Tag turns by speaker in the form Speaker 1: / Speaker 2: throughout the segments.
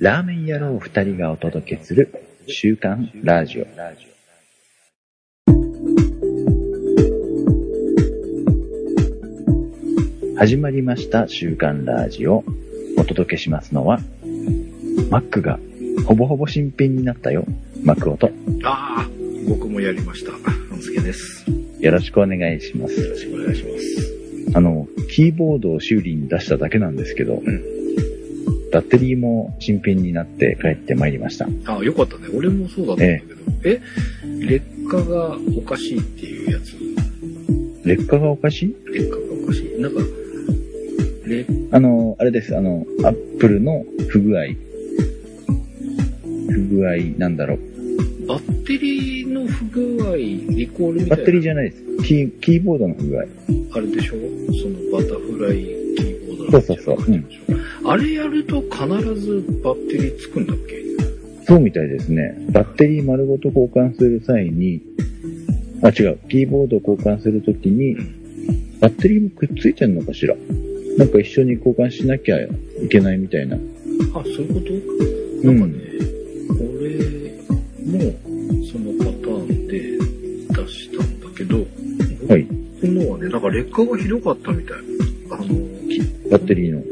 Speaker 1: ラーメン野郎二人がお届けする週刊ラジオ。始まりました週刊ラジオ。お届けしますのは、マックがほぼほぼ新品になったよ。マクオと、
Speaker 2: ああ、僕もやりました。半助です。
Speaker 1: よろしくお願いしま
Speaker 2: よ
Speaker 1: す。
Speaker 2: ろしくお願いします。
Speaker 1: あの、キーボードを修理に出しただけなんですけど、
Speaker 2: ん
Speaker 1: バッテリーも新品になって帰ってまいりました。
Speaker 2: ああ、よかったね。俺もそうだったんだけど。え劣化がおかしいっていうやつ。
Speaker 1: 劣化がおかしい
Speaker 2: 劣化がおかしい。なんか、劣
Speaker 1: あの、あれです、あの、アップルの不具合。不具合、なんだろう。
Speaker 2: バッテリーの不具合、リコールみ
Speaker 1: バ
Speaker 2: たいな。
Speaker 1: ッテリーじゃないです。キー、キーボードの不具合。
Speaker 2: あれでしょそのバタフライキーボード
Speaker 1: そうそうそう
Speaker 2: うんでしょ。あれやると必ずバッテリーつくんだっけ
Speaker 1: そうみたいですね。バッテリー丸ごと交換する際に、あ、違う。キーボードを交換するときに、バッテリーもくっついてんのかしらなんか一緒に交換しなきゃいけないみたいな。
Speaker 2: あ、そういうこと
Speaker 1: う
Speaker 2: なんか
Speaker 1: ん
Speaker 2: ね、俺もそのパターンで出したんだけど、
Speaker 1: はい。
Speaker 2: 僕のはね、なんか劣化がひどかったみたい。あの、き
Speaker 1: バッテリーの。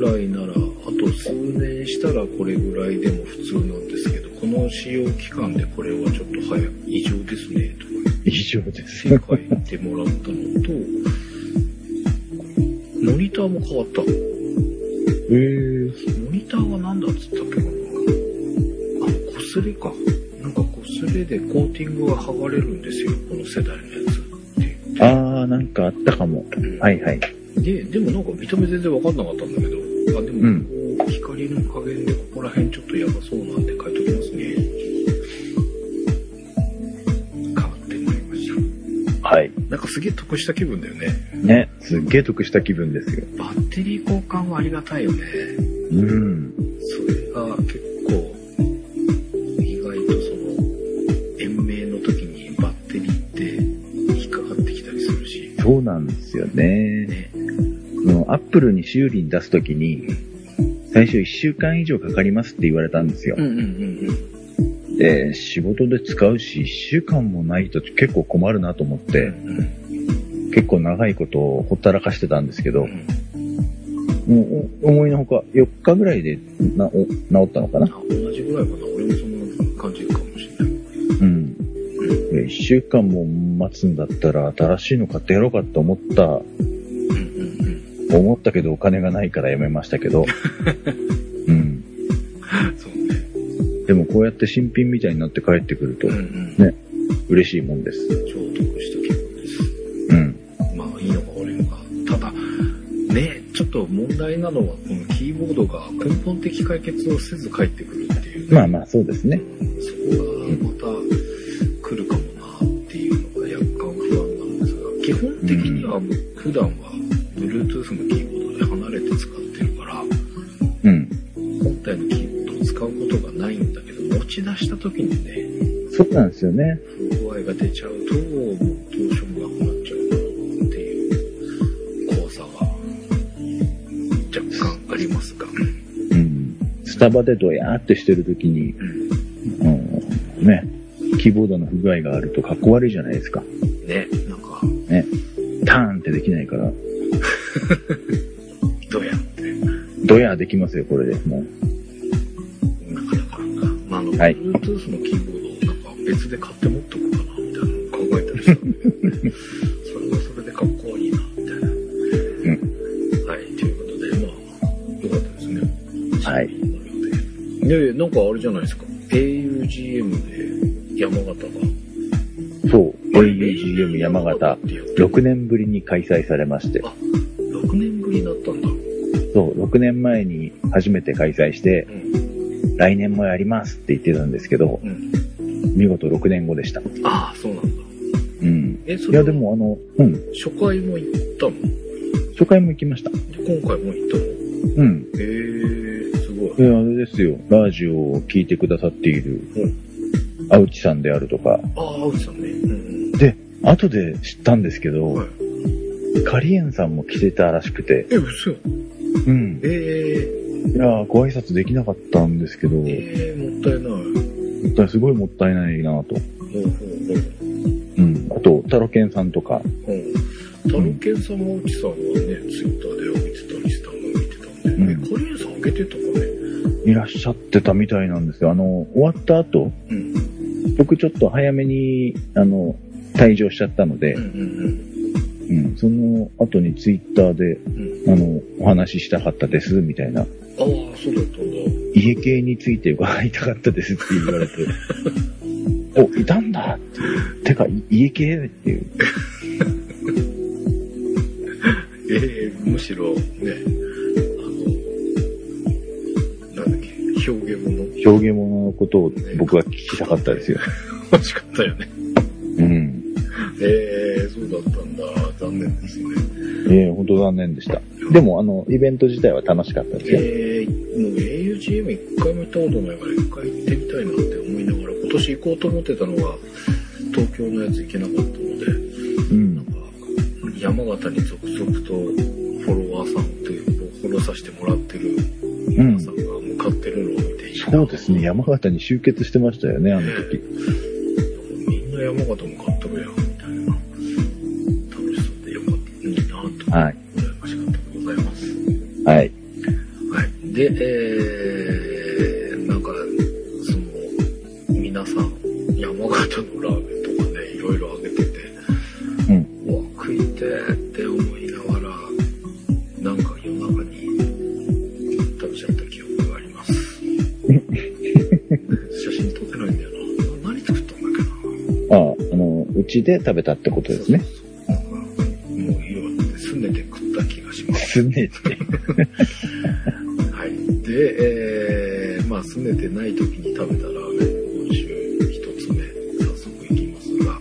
Speaker 2: 本来なら、あと数年したらこれぐらいでも普通なんですけど、この使用期間でこれはちょっと早く、異常ですね、とか言って
Speaker 1: 以上です。
Speaker 2: 書いてもらったのと、モニターも変わった。
Speaker 1: えー、
Speaker 2: モニターは何だっつったっけかなあ、擦れか。なんか擦れでコーティングが剥がれるんですよ、この世代のやつっ て
Speaker 1: あー、なんかあったかも。
Speaker 2: 言って。
Speaker 1: はいはい。
Speaker 2: で、でもなんか見た目全然わかんなかったんだけど、あ、でも、
Speaker 1: うん
Speaker 2: こう光の加減でここら辺ちょっとやばそうなんで書いときますね。変わってもらいまし
Speaker 1: はい。
Speaker 2: た。なんかすげえ得した気分だよね。
Speaker 1: ね、すっげえ得した気分ですよ。
Speaker 2: バッテリー交換はありがたいよね。
Speaker 1: うん。
Speaker 2: それが結構意外とその延命の時にバッテリーって引っかかってきたりするし
Speaker 1: そうなんですよね。
Speaker 2: ね
Speaker 1: そのアップルに修理に出すときに、最初1週間以上かかりますって言われたんですよ。
Speaker 2: んうんうん
Speaker 1: で、仕事で使うし、1週間もないと結構困るなと思って、
Speaker 2: うん
Speaker 1: 結構長いことをほったらかしてたんですけ
Speaker 2: う
Speaker 1: ど、
Speaker 2: ん
Speaker 1: もうお思いのほか4日ぐらいでなお治ったのかな。
Speaker 2: あ同じぐらいかな俺もそんな感じかもしれない
Speaker 1: うん。1週間も待つんだったら新しいの買ってやろうかと思った
Speaker 2: うんうんうん
Speaker 1: 思ったけどお金がないからやめましたけど。うん。
Speaker 2: そうね
Speaker 1: でもこうやって新品みたいになって帰ってくると
Speaker 2: うんうん
Speaker 1: ね嬉しいもんです。
Speaker 2: 超得した気分です
Speaker 1: うん。
Speaker 2: まあいいのか悪いのかただねちょっと問題なのはこのキーボードが根本的解決をせず帰ってくるっていうね
Speaker 1: まあまあそうですね。
Speaker 2: そこがまた来るかもなっていうのが若干不安なんですが、基本的には普段は Bluetooth のキーボードで離れて使ってるから、
Speaker 1: うん。
Speaker 2: 本体のキーボードを使うことがないんだけど、持ち出した時にね、
Speaker 1: そうなんですよね。
Speaker 2: 不具合が出ちゃうと、もうどうしようもなくなっちゃうなっていう怖さが若干ありますが。
Speaker 1: うん。スタバでドヤーってしてるときに、
Speaker 2: うん
Speaker 1: うん、ね、キーボードの不具合があるとかっこ悪いじゃないですか。
Speaker 2: ね、なんか、
Speaker 1: ターンってできないから、
Speaker 2: どうやって。
Speaker 1: ドヤーできますよ、これで。もう。
Speaker 2: なかなか、まあ、あの、
Speaker 1: はい
Speaker 2: Bluetooth のキーボードをなんか別で買って持っとこうかな、みたいなのを考えたりしたんだけどね、それはそれでかっこいいな、みたいな。はい、ということで、まあ、よかったですね。
Speaker 1: はい
Speaker 2: い。いやいや、なんかあれじゃないですか。augm で山形が。
Speaker 1: そう。AUGM 山形、
Speaker 2: ってやって
Speaker 1: 6年ぶりに開催されまして。
Speaker 2: 6年ぶりだったんだ。う
Speaker 1: そう、6年前に初めて開催して、
Speaker 2: ん。
Speaker 1: 来年もやりますって言ってたんですけど、
Speaker 2: うん。
Speaker 1: 見事6年後でした。
Speaker 2: ああ、そうなんだ。
Speaker 1: うん。
Speaker 2: え、そ
Speaker 1: い
Speaker 2: れ
Speaker 1: や、
Speaker 2: は
Speaker 1: でもあの、うん。
Speaker 2: 初回も行ったの
Speaker 1: 初回も行きました。
Speaker 2: で今回も行った
Speaker 1: う
Speaker 2: の
Speaker 1: ん。
Speaker 2: えー、すごい。
Speaker 1: えあれですよ。ラジオを聞いてくださっている、青木さんであるとか、
Speaker 2: ああ、青木さんね。うん
Speaker 1: 後で知ったんですけど、
Speaker 2: うん。はい。
Speaker 1: カリエンさんも来てたらしくて、
Speaker 2: え、嘘。
Speaker 1: うん。
Speaker 2: え
Speaker 1: いやー、ご挨拶できなかったんですけど、
Speaker 2: ー、えー、もったいない。
Speaker 1: 本当にすごいもったいないなと。
Speaker 2: ほうほうほう。
Speaker 1: うん。あと、タロケンさんとか、
Speaker 2: うん。タロケンさんも青木さんはね、ツイッターで見てたりしたのを見てたんで、ね
Speaker 1: うん
Speaker 2: カリエンさんあげてたかね。
Speaker 1: いらっしゃってたみたいなんですよ。あの、終わった後、
Speaker 2: うん。
Speaker 1: 僕ちょっと早めに、あの、退場しちゃったので
Speaker 2: う、んうん
Speaker 1: うん。その後にツイッターで、
Speaker 2: うん。うん。
Speaker 1: あの、お話ししたかったです、みたいな。
Speaker 2: ああ、そうだったんだ。
Speaker 1: 家系について伺いたかったですって言われて、 お、いたんだっていう。てか、い家系っていう。
Speaker 2: えー、むしろね、あの、なんだっけ、表現も
Speaker 1: 表現物のことを僕は聞きたかったですよ。
Speaker 2: 欲しかったよね。
Speaker 1: うん。
Speaker 2: えー、そうだったんだ。残念ですね。
Speaker 1: ええ本当残念でした。でも、あの、イベント自体は楽しかったですよ。
Speaker 2: えー、もう augm 一回も行ったことないから一回行ってみたいなって思いながら、今年行こうと思ってたのが、東京のやつ行けなかったので、
Speaker 1: うん。
Speaker 2: 山形に続々とフォロワーさんっていう、フォローさせてもらってる皆さんが向かってるのを見ていいな
Speaker 1: そうですね、山形に集結してましたよね、あの時。
Speaker 2: みんな山形も買っとくやんみたいな楽しそうでよかったいいなと
Speaker 1: はい。
Speaker 2: 羨ましかったでございます
Speaker 1: はい。
Speaker 2: はいでえー、なんかその皆さん山形のラーメンとかねいろいろあげてて
Speaker 1: う
Speaker 2: うわ食いてーって思いながらなんか夜中に食べちゃった記憶があり ます写真撮ってないんだよな何作ったんだっけ
Speaker 1: あ
Speaker 2: な
Speaker 1: あ、あの、うちで食べたってことですね。
Speaker 2: そうそうそう。もう色ってすねて食った気がします。
Speaker 1: すねって。
Speaker 2: はい。で、えー、まあ、すねてない時に食べたラーメン、今週一つ目、早速いきますが。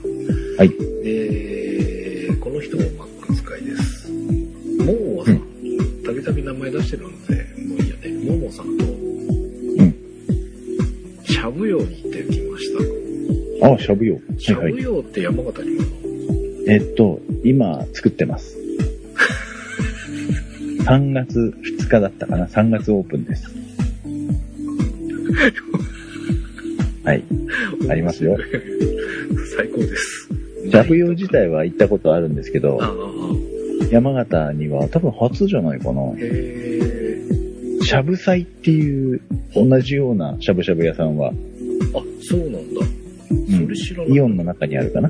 Speaker 1: はい。
Speaker 2: えー、この人もマック使いです。ももさん。たびたび名前出してるので、もういいやね。ももさんと、しゃぶ用に行ってきました。
Speaker 1: ああ、しゃぶよ。
Speaker 2: しゃ
Speaker 1: はい
Speaker 2: ぶ
Speaker 1: はい。
Speaker 2: 用って山形にも
Speaker 1: えっと、今、作って ます。3月2日だったかな ?3 月オープンです。はい。ありますよ。
Speaker 2: 最高です。
Speaker 1: しゃぶよ自体は行ったことあるんですけど
Speaker 2: あ、あ、
Speaker 1: 山形には多分初じゃないかな。
Speaker 2: へえ。
Speaker 1: しゃぶ祭っていう、同じようなしゃぶしゃぶ屋さんは、
Speaker 2: あ、そうなんだ。
Speaker 1: ん
Speaker 2: それ知らない。
Speaker 1: イオンの中にあるかな。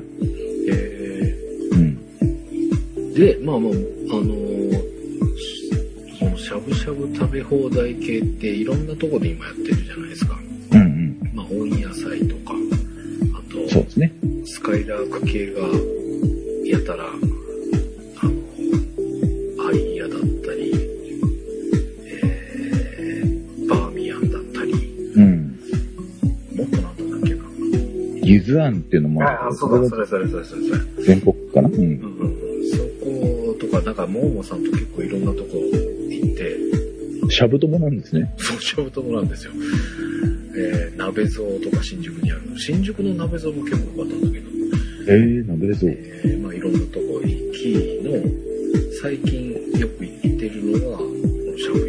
Speaker 2: へ
Speaker 1: うん。
Speaker 2: ーで、まあまあ、あのーしそのしゃぶしゃぶ食べ放題系っていろんなとこで今やってるじゃないですか。
Speaker 1: うんうん。
Speaker 2: まあ、温野菜とか、あと、
Speaker 1: そうですね。
Speaker 2: スカイラーク系が、やたら、あの、アイヤだったり、えー、バーミヤンだったり、
Speaker 1: うん。
Speaker 2: もっとなんだったっけな。
Speaker 1: ゆずあんっていうのも、こ
Speaker 2: れそれそれそれそれ。
Speaker 1: れが全国区かな。うん。
Speaker 2: うんうんそことか、なんか、ももさんと結構いろんなとこ行って、
Speaker 1: しゃぶ友なんですね。
Speaker 2: そうしちゃうとこなんですよ。えー、鍋蔵とか新宿にある。新宿の鍋蔵も結構良かったんだけど、
Speaker 1: えー、なんでそう。
Speaker 2: えー、まあいろんなとこ行きの、最近よく行ってるのが、このしゃぶ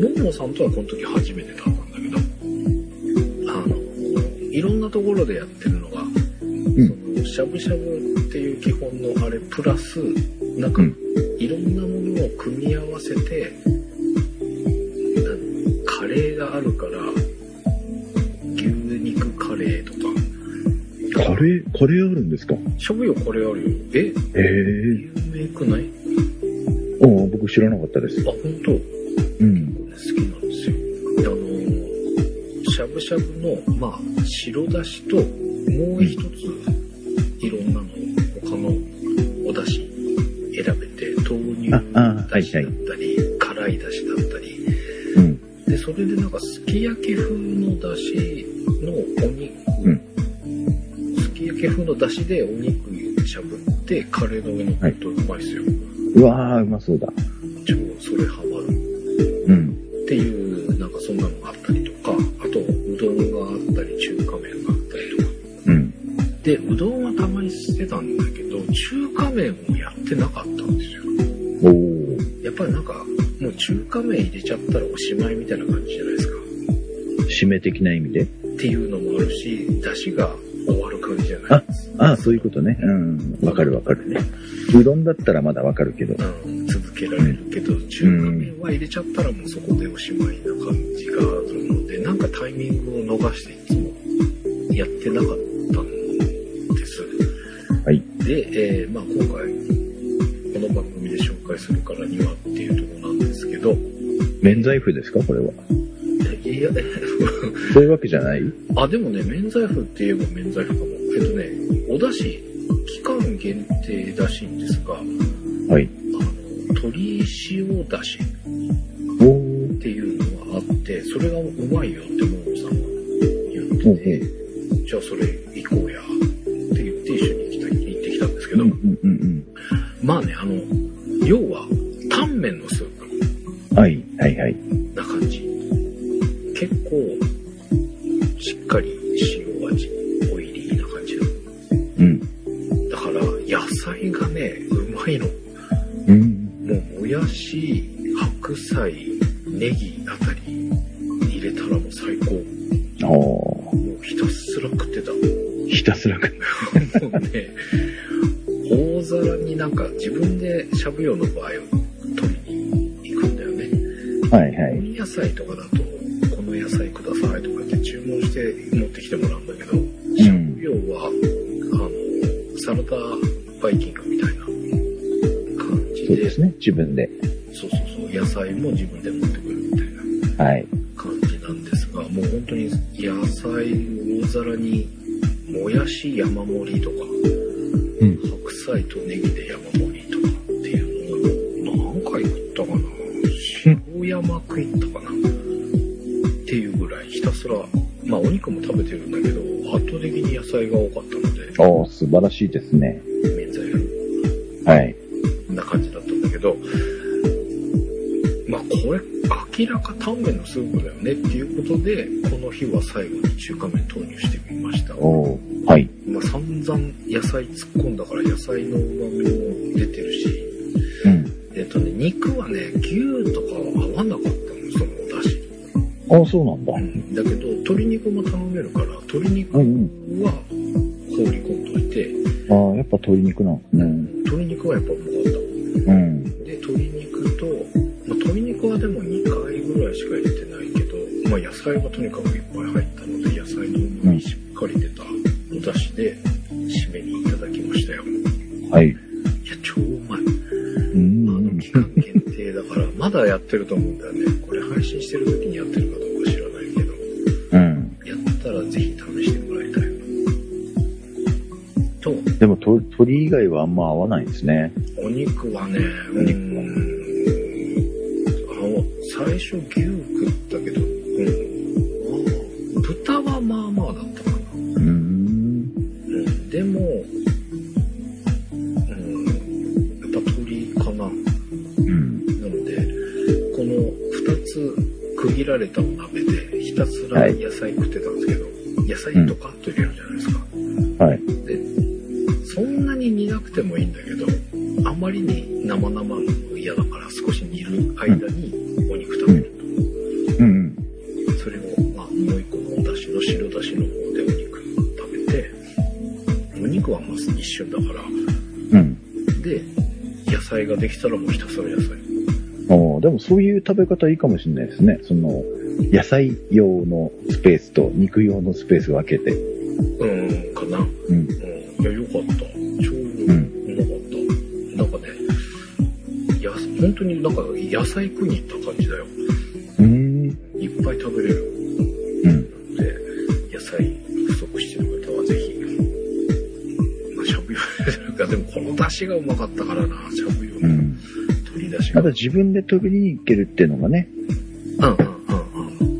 Speaker 2: 用。ももさんとはこの時初めてだったんだけど、あの、いろんなところでやってるのが、その、しゃぶしゃぶっていう基本のあれ、プラス、なんか
Speaker 1: うん、
Speaker 2: いろんなものを組み合わせて、なんカレーがあるから、牛肉カレーとか、
Speaker 1: カレー、カレーあるんですか
Speaker 2: しゃぶ用これあるよ。え
Speaker 1: えー。
Speaker 2: 有名くない
Speaker 1: ああ、僕知らなかったです
Speaker 2: あ、。本当好
Speaker 1: うん。
Speaker 2: きなんですよ。あのー、しゃぶしゃぶの、まあ、白だしと、もう一つ、いろんなの、他のおだし選べて、豆乳
Speaker 1: ああ
Speaker 2: だしだったり、辛いだしだったり、
Speaker 1: うん。
Speaker 2: で、それでなんか、すき焼き風のだしのお肉、
Speaker 1: うん
Speaker 2: すき焼き風のだしでお肉しゃぶって、カレーの上に乗っとうまいですよ。
Speaker 1: うわー、うまそうだ。
Speaker 2: 超それハマる。
Speaker 1: うん。
Speaker 2: っていう、なんかそんなのがで、うどんはたまにしてたんだけど、中華麺をやってなかったんですよ。
Speaker 1: おー、
Speaker 2: やっぱりなんか、もう中華麺入れちゃったらおしまいみたいな感じじゃないですか。
Speaker 1: 締め的な意味で。
Speaker 2: っていうのもあるし、出汁が終わる感じじゃないです
Speaker 1: ああ、そういうことね。うん、わかるわかる。うどんだったらまだわかるけど。
Speaker 2: うん、続けられるけど、中華麺は入れちゃったらもうそこでおしまいな感じがあるので、なんかタイミングを逃していつもやってなかったんです。
Speaker 1: はい。
Speaker 2: で、えーまあ今回、この番組で紹介するからにはっていうところなんですけど、
Speaker 1: 免罪符ですかこれは。
Speaker 2: いや、
Speaker 1: そういうわけじゃない
Speaker 2: あ、でもね、免罪符って言えば免罪符かも。えっとね、お出汁、期間限定らしいんですが、
Speaker 1: はい。
Speaker 2: あの、鶏塩出汁っ
Speaker 1: おー、
Speaker 2: ていうのがあって、それがうまいよってももさんが
Speaker 1: ほ
Speaker 2: 言
Speaker 1: うほう
Speaker 2: ってて、じゃあそれ行こうや、って言って一緒に行きたい行ってきたんですけ
Speaker 1: うん
Speaker 2: ど、
Speaker 1: うんうん
Speaker 2: まあね、あの、要は、タンメンのスープ
Speaker 1: うん。はい、はい、はい。
Speaker 2: な感じ。結構、しっかり塩味、オイリーな感じの
Speaker 1: うん。
Speaker 2: だから野菜がねうまいの
Speaker 1: うん。
Speaker 2: もうもやし白菜ネギあたり入れたらもう最高
Speaker 1: あー、
Speaker 2: もうひたすら食ってた
Speaker 1: ひたすらか。
Speaker 2: もうね大皿になんか自分でしゃぶ用の場合を取りに行くんだよね
Speaker 1: はい、は
Speaker 2: 温
Speaker 1: い。
Speaker 2: 野菜とかだとこの野菜くださいとかって注文して持ってきてもらうんだけどしゃぶ用はあのサラダバイキングみたいな感じ
Speaker 1: そう
Speaker 2: で
Speaker 1: ですね。自分で。
Speaker 2: そうそうそう、野菜も自分で持ってくるみたいな
Speaker 1: はい。
Speaker 2: 感じなんですが、もう本当に野菜大皿に、もやし山盛りとか、
Speaker 1: うん
Speaker 2: 白菜とネギで山盛りとかっていうのを何回食ったかな塩山食いったかなっていうぐらいひたすら、まあお肉も食べてるんだけど、圧倒的に野菜が多かったので、
Speaker 1: おー、素晴らしいですね。
Speaker 2: 免罪符
Speaker 1: はい。
Speaker 2: な感じだったんだけど、まあこれ明らかタンメンのスープだよねっていうことで、この日は最後に中華麺投入してみました。
Speaker 1: おー、はい。
Speaker 2: まあ散々野菜突っ込んだから野菜の旨味も出てるし、
Speaker 1: うん。
Speaker 2: えっとね、肉はね、牛とかは合わなかったの、そのお出汁。
Speaker 1: あー、そうなんだ。
Speaker 2: うんだけど、鶏肉も頼めるから、鶏肉
Speaker 1: う
Speaker 2: は
Speaker 1: んうん。
Speaker 2: 放り込んどいて、
Speaker 1: ああ、やっぱ鶏肉なんですね。
Speaker 2: 鶏肉はやっぱうまかった。
Speaker 1: うん。
Speaker 2: で鶏肉と、まあ、鶏肉はでも2回ぐらいしか入れてないけど、まあ、野菜がとにかくいっぱい入ったので野菜のうまみしっかり出たお出汁で締めにいただきましたよい
Speaker 1: はい。
Speaker 2: や超うまい
Speaker 1: うん
Speaker 2: あの期間限定だからまだやってると思うんだよねこれ配信してる時にやってるかどうか知らないけど
Speaker 1: うん。
Speaker 2: やったらぜひ試してもらいたいと
Speaker 1: でも、と鶏以外はあんま合わないですね。
Speaker 2: お肉はね、
Speaker 1: お肉
Speaker 2: う
Speaker 1: は
Speaker 2: んあの、最初牛食ったけど、うん、ああ豚はまあまあだったかな。
Speaker 1: うーん。
Speaker 2: うん、でも、うん、やっぱ鳥かな。な
Speaker 1: う
Speaker 2: の
Speaker 1: ん。
Speaker 2: で、この2つ区切られたお鍋でひたすら
Speaker 1: はい
Speaker 2: 野菜食ってたんですけど、野菜とかっと入れるじゃないですか。
Speaker 1: はい。
Speaker 2: そんなに煮なくてもいいんだけど、あまりに生々のも嫌だから少し煮る間にお肉食べる
Speaker 1: うん。
Speaker 2: と。それを、まあ、もう一個のお出汁の白出汁の方でお肉食べて、お肉はまず一瞬だから、
Speaker 1: うん。
Speaker 2: で、野菜ができたらもうひたすら野菜。
Speaker 1: おーでも、そういう食べ方いいかもしれないですね。その、野菜用のスペースと肉用のスペースを分けて。
Speaker 2: うん、かな。う
Speaker 1: うん。
Speaker 2: ん。いや、よかった。超うまかった。なんかね、や、本当になんか野菜食いに行った感じだよ。
Speaker 1: うーん。
Speaker 2: いっぱい食べれる。
Speaker 1: うん。
Speaker 2: で、野菜不足してる方はぜひ、まあ、しゃぶ用か、でもこの出汁がうまかったからな、しゃぶ用
Speaker 1: う
Speaker 2: の
Speaker 1: ん。
Speaker 2: 鶏出汁
Speaker 1: あ
Speaker 2: が。
Speaker 1: と、自分で取りに行けるっていうのがね、
Speaker 2: うんうんう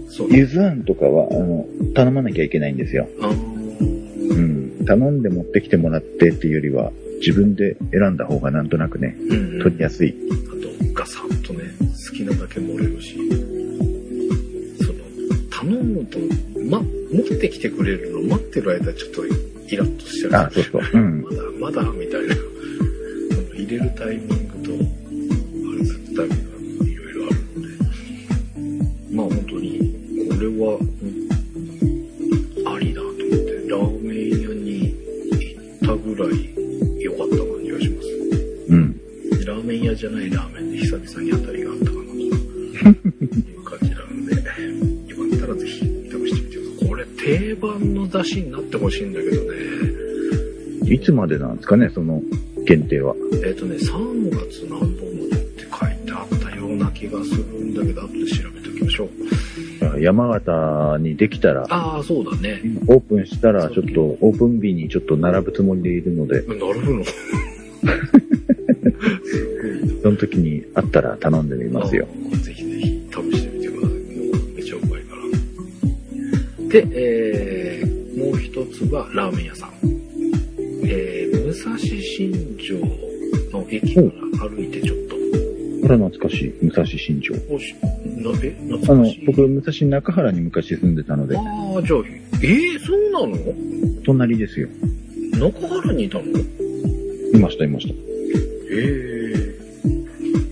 Speaker 2: んうん。そう。
Speaker 1: ゆずあんとかは、あの、頼まなきゃいけないんですよ。
Speaker 2: あの
Speaker 1: う
Speaker 2: ー
Speaker 1: ん。頼んで持ってきてもらってっていうよりは、自分で選んだ方がなんとなくね、
Speaker 2: うんうん、あ
Speaker 1: 取りやすい。
Speaker 2: と、ガサッとね、好きなだけ盛れるし、その、頼むと、ま、持ってきてくれるの待ってる間ちょっとイラッとしてる。
Speaker 1: あ、そうそう。うん。
Speaker 2: まだ、まだ、みたいな。その入れるタイミングと、あれするタイミングがいろいろあるので、まあ本当に、これは、うんありだと思って、ラーメン屋に行ったぐらい良かった感じがします。
Speaker 1: うん。
Speaker 2: ラーメン屋じゃないラーメンで久々に当たりがあったかなという感じなので、よかったらぜひ試してみてください。これ定番の出汁になってほしいんだけどね。
Speaker 1: いつまでなんですかね、その限定は。
Speaker 2: えっ、とね、3月何本までって書いてあったような気がするんだけど、後で調べておきましょう。
Speaker 1: 山形にできたら、
Speaker 2: ああ、そうだ ね。
Speaker 1: オープンしたら、ちょっと、オープン日にちょっと並ぶつもりでいるので、
Speaker 2: なるほど。すごいな。
Speaker 1: その時にあったら頼んでみますよ。
Speaker 2: あーぜひぜひ試してみてください。もうめちゃうまいから。で、えー、もう一つはラーメン屋さん。えー、武蔵新城の駅から歩いてちょっと。
Speaker 1: これは懐かしい。武蔵新城。
Speaker 2: おし、な、え、
Speaker 1: あ
Speaker 2: 懐
Speaker 1: の
Speaker 2: かし、い。
Speaker 1: 僕、武蔵中原に昔住んでたので、
Speaker 2: ああ、じゃあ、えー、そうなの
Speaker 1: 隣ですよ。
Speaker 2: 中原にいた
Speaker 1: い
Speaker 2: の
Speaker 1: ました、いました。
Speaker 2: えー、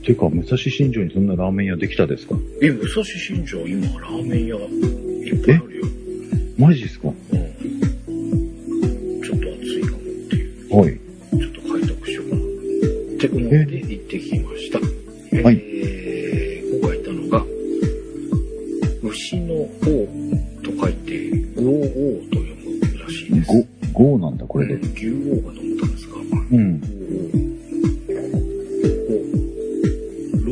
Speaker 1: てか、武蔵新城にそんなラーメン屋できたですか
Speaker 2: え、武蔵新城今ラーメン屋いっぱいあるよ。
Speaker 1: マジですかは
Speaker 2: うん。ちょっと暑いかもってい
Speaker 1: い。
Speaker 2: う。ちょっと開拓しようかな。って思って行ってきました。え
Speaker 1: はい
Speaker 2: ー、今回行ったのが、牛の王と書いて、五王と読むらしいです。
Speaker 1: ご、5なんだ、これで。
Speaker 2: うん牛王かと思ったんですが、
Speaker 1: うん。
Speaker 2: 牛王。ロ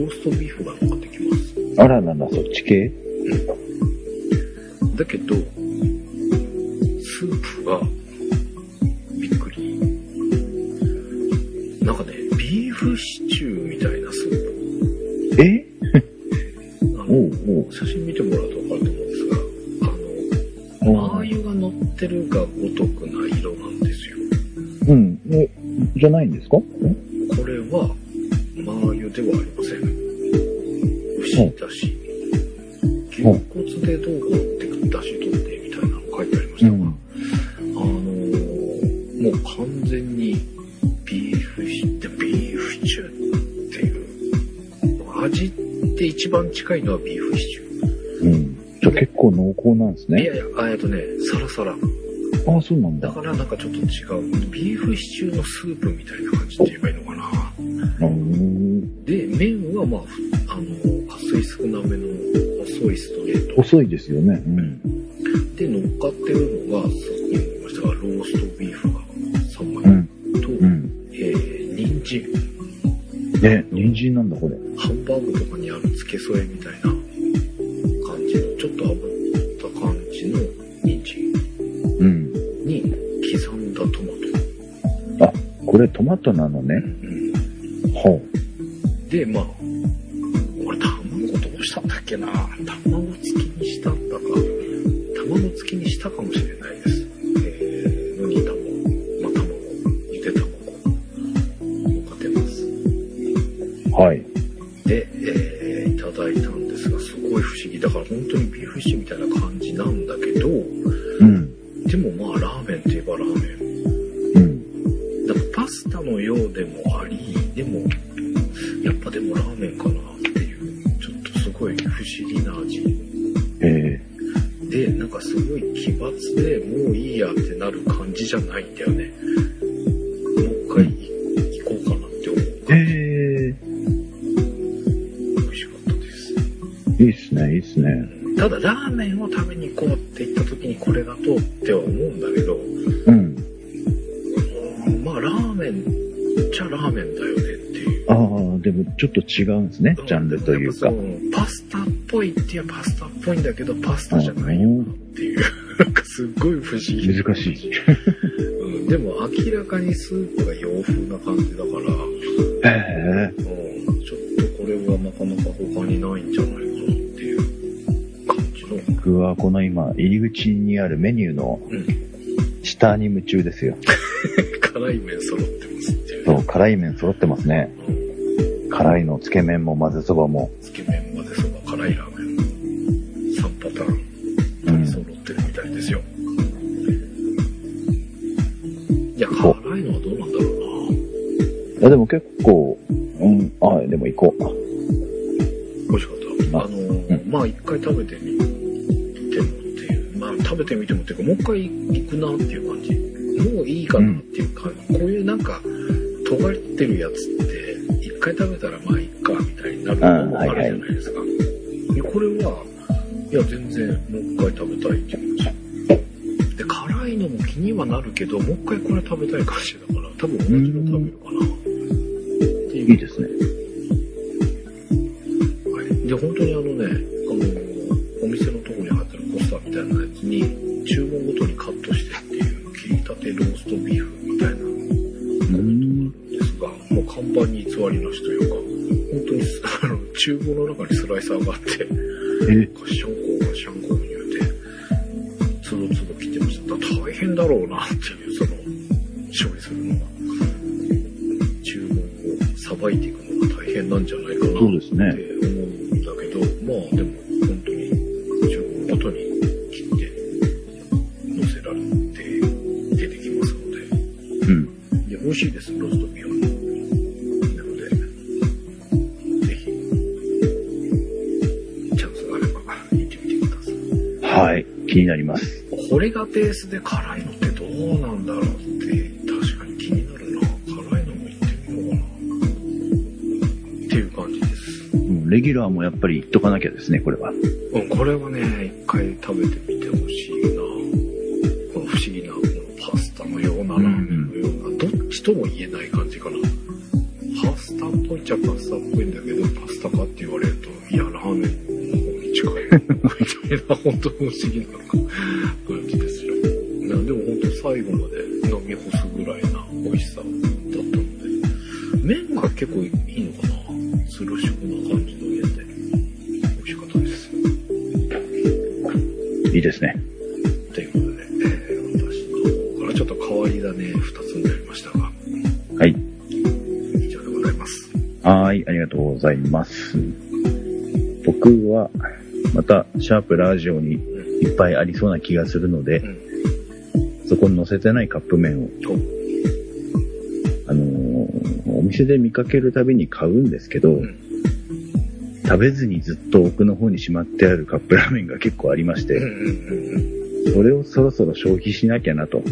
Speaker 2: ーストビーフが乗ってきます。
Speaker 1: あららら、そっち系
Speaker 2: だけど、スープがびっくり。なんかね、ビーフシチューみたいなスープ。
Speaker 1: え
Speaker 2: あ
Speaker 1: お
Speaker 2: の
Speaker 1: うおう。
Speaker 2: 写真見てもらうと分かると思うんです
Speaker 1: お
Speaker 2: が、
Speaker 1: う
Speaker 2: あの、マー油が乗ってるがごとくな色なんですよ。
Speaker 1: うん。え、じゃないんですかん
Speaker 2: これは、マー油ではありません。牛だし、牛
Speaker 1: うん
Speaker 2: 骨でどうこうって出汁取ってみたいなの書いてありましたが、
Speaker 1: うん
Speaker 2: あのもう完全にビーフシチュー、ビーフシチューっていう、味って一番近いのはビーフシチュー。
Speaker 1: うん。じゃあ結構濃厚なんです
Speaker 2: い
Speaker 1: ね。
Speaker 2: やいや、あえっとね、サラサラ。
Speaker 1: ああ、そうなんだ。
Speaker 2: だ
Speaker 1: あ
Speaker 2: からなんかちょっと違う。ビーフシチューのスープみたいな感じって言えばいいのかな。
Speaker 1: うん
Speaker 2: で、麺はまあ、あの、加水少なめの細いストレート。
Speaker 1: 細いですよね。うん。
Speaker 2: で、乗っかってるのが、さっきも言いましたが、ローストビーフが3枚
Speaker 1: うん。
Speaker 2: と、
Speaker 1: うん。
Speaker 2: えー、人参、
Speaker 1: え、人参なんだ、これ。
Speaker 2: ハンバーグとかにあるつけ添えみたいな感じの、ちょっと炙った感じの人参
Speaker 1: うん。
Speaker 2: に刻んだトマト。
Speaker 1: これトマトなのね。
Speaker 2: うん
Speaker 1: ほ
Speaker 2: で、まあ、俺卵どうしたんだっけな卵付きにしたんだか、卵付きにしたかもしれないです。えー、のに卵、まあ卵、ゆで卵をかけます。
Speaker 1: う。はい。
Speaker 2: で、えー、いただいたんですが、すごい不思議。だから本当にビーフシチューみたいな感じなんだけど、
Speaker 1: うん。
Speaker 2: でもまあラーメンといえばラー
Speaker 1: う
Speaker 2: メン。
Speaker 1: ん。
Speaker 2: だからパスタのようでもあり、でも、やっぱでもラーメンかなっていう、ちょっとすごい不思議な味。
Speaker 1: え
Speaker 2: で、なんかすごい奇抜で、もういいやってなる感じじゃないんだよね。もう一回行こうかなって思う
Speaker 1: ー、
Speaker 2: 感じ。
Speaker 1: え
Speaker 2: 美味しかったです。
Speaker 1: ー、いいっすね、いいっすね。
Speaker 2: ただ、ラーメンを食べに行こうって言った時にこれだとっては思うんだけど、
Speaker 1: うん。
Speaker 2: うんまあラーメンっちゃラーメンだよねっていう。
Speaker 1: ああ、でもちょっと違うんですね、ジャンルというか
Speaker 2: やっ。ぱそのパスタっぽいっていうパスタっぽいんだけど、パスタじゃないよなっていう。なんかすごい不思議。
Speaker 1: 難しい。
Speaker 2: うん、でも明らかにスープが洋風な感じだから、うん、
Speaker 1: へえ。
Speaker 2: ちょっとこれはなかなか他にないんじゃないかなっていう感じの。
Speaker 1: 僕はこの今、入り口にあるメニューの
Speaker 2: うん。
Speaker 1: 下に夢中ですよ。
Speaker 2: 辛い麺揃ってますっていう。
Speaker 1: そう、辛い麺揃ってますね。
Speaker 2: うん
Speaker 1: 辛いの、つけ麺も混ぜそばも。
Speaker 2: つけ麺までそば辛いラーメン。3パターン。
Speaker 1: うん。
Speaker 2: 揃ってるみたいですよ。高いのはどうなんだろうな。
Speaker 1: や、でも結構、うん、あ、でも行こう。
Speaker 2: 美味しかった。
Speaker 1: あ
Speaker 2: あのーまあ一回食べてみてもっていう、まあ食べてみてもっていうか、もう一回行くなっていう感じ。もういいかなっていう感じ。こういうなんか、尖ってるやつって、一回食べたらまあいいかみたいになるものもあるじゃないですか。でこれは、いや全然もう一回食べたいっていう感じ。で、辛いのも気にはなるけど、もう一回これ食べたい感じだから、多分同じの食べるかな。っていう
Speaker 1: いいですね。
Speaker 2: はい、で本当にあのねあのお店のとこに貼ってるポスターみたいなやつに注文ごとにカットしてっていう切りたてローストビーフみたいなの
Speaker 1: うん。
Speaker 2: ですがもう看板に偽りなしというか本当にすあの厨房の中にスライサーがあっ
Speaker 1: え、
Speaker 2: てガシャンコガシャンコに言うてつどつど切ってましただから大変だろうなっていうその処理するのが注文をさばいていくのが大変なんじゃないかな
Speaker 1: そうです
Speaker 2: って思うんだけど、まあ
Speaker 1: ね。
Speaker 2: でも本当に自分ごとに切って乗せられて出てきますので、
Speaker 1: うん。
Speaker 2: いや美味しいです、ローストビーフ。なので、ぜひ、チャンスがあれば行ってみてくださ
Speaker 1: はい。気になります。
Speaker 2: い。これがベースで辛いのってどうなんだろうって、確かに気になるな。辛いのも行ってみようかな。っていう感じです。
Speaker 1: うんレギュラーもやっぱり行っとかなきゃですね、これは。
Speaker 2: うん、これはね、一回食べてみてほしいな。この不思議な、このパスタのようなラーメンのような、どっちとも言えない感じかな。パスタっぽいっちゃパスタっぽいんだけど、パスタかって言われると、いや、ラーメンの方に近いな。みたいな、本当不思議な感じですよ。なでも本当最後まで飲み干すぐらいな美味しさだったので、麺が結構いいのかな。スルシュな感じの麺で。美味しかったです。
Speaker 1: いいですね。
Speaker 2: ということで、えー私の方からちょっと変わり種2つになりましたが、
Speaker 1: はい。
Speaker 2: 以上でございます。
Speaker 1: はい、ありがとうございます。僕は、また、シャープラジオにいっぱいありそうな気がするので
Speaker 2: う、ん。
Speaker 1: そこに載せてないカップ麺を、
Speaker 2: お
Speaker 1: あのーお店で見かけるたびに買うんですけど、
Speaker 2: ん。
Speaker 1: 食べずにずっと奥の方にしまってあるカップラーメンが結構ありまし
Speaker 2: うん
Speaker 1: て、
Speaker 2: うん
Speaker 1: それをそろそろ消費しなきゃなと、
Speaker 2: うんう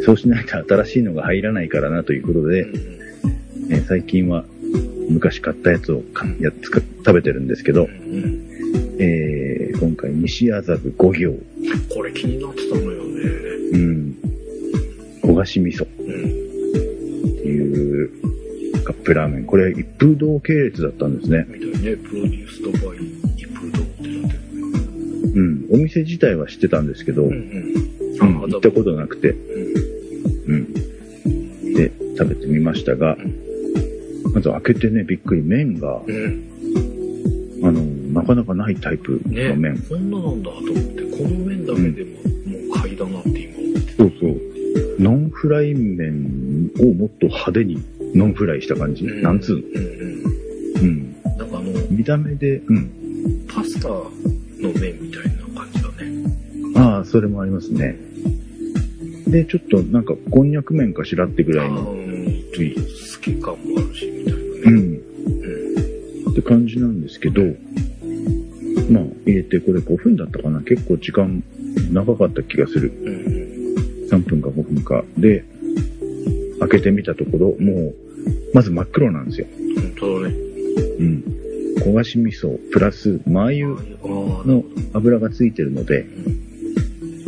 Speaker 2: ん。
Speaker 1: そうしないと新しいのが入らないからなということで、
Speaker 2: うん
Speaker 1: えー最近は昔買ったやつをかやっつか食べてるんですけど
Speaker 2: う、んうん。
Speaker 1: えー今回西麻布5行、
Speaker 2: これ気になってたのよね。
Speaker 1: うん、焦がし味噌っ
Speaker 2: うん。
Speaker 1: ていうカップラーメン。これ一風堂系列だったんですね。
Speaker 2: みたいね。プロデュースドバイ、イプドってなってるね。
Speaker 1: うん、お店自体は知ってたんですけど、うん
Speaker 2: うんうん。
Speaker 1: 行ったことなくて、
Speaker 2: うん。
Speaker 1: うん、で食べてみましたが、まず開けてね、びっくり麺が、
Speaker 2: うん。
Speaker 1: あの、なかなかないタイプ
Speaker 2: ね
Speaker 1: の麺。
Speaker 2: こんななんだと思って、この麺だけでも、もう買いだなって今思って
Speaker 1: そうそう。ノンフライ麺をもっと派手にノンフライした感じ。
Speaker 2: た。うん
Speaker 1: なんつう
Speaker 2: うんう
Speaker 1: のうん。
Speaker 2: ん。なんかあの、
Speaker 1: 見た目で、うん。
Speaker 2: パスタの麺みたいな感じだね。
Speaker 1: ああ、それもありますね。で、ちょっとなんか、こんにゃく麺かしらってぐらい
Speaker 2: あ
Speaker 1: の、
Speaker 2: ーちょっと透け感もあるし、みたいな
Speaker 1: う
Speaker 2: ね。
Speaker 1: ん、って感じなんですけど、まあ、入れてこれ5分だったかな。結構時間長かった気がする。
Speaker 2: うん。うん。うん。
Speaker 1: 3分か5分か。で、開けてみたところ、もう、まず真っ黒なんですよ。
Speaker 2: 本当だね。
Speaker 1: うん。焦がし味噌、プラス、麻油
Speaker 2: あー
Speaker 1: の油がついてるので、
Speaker 2: うん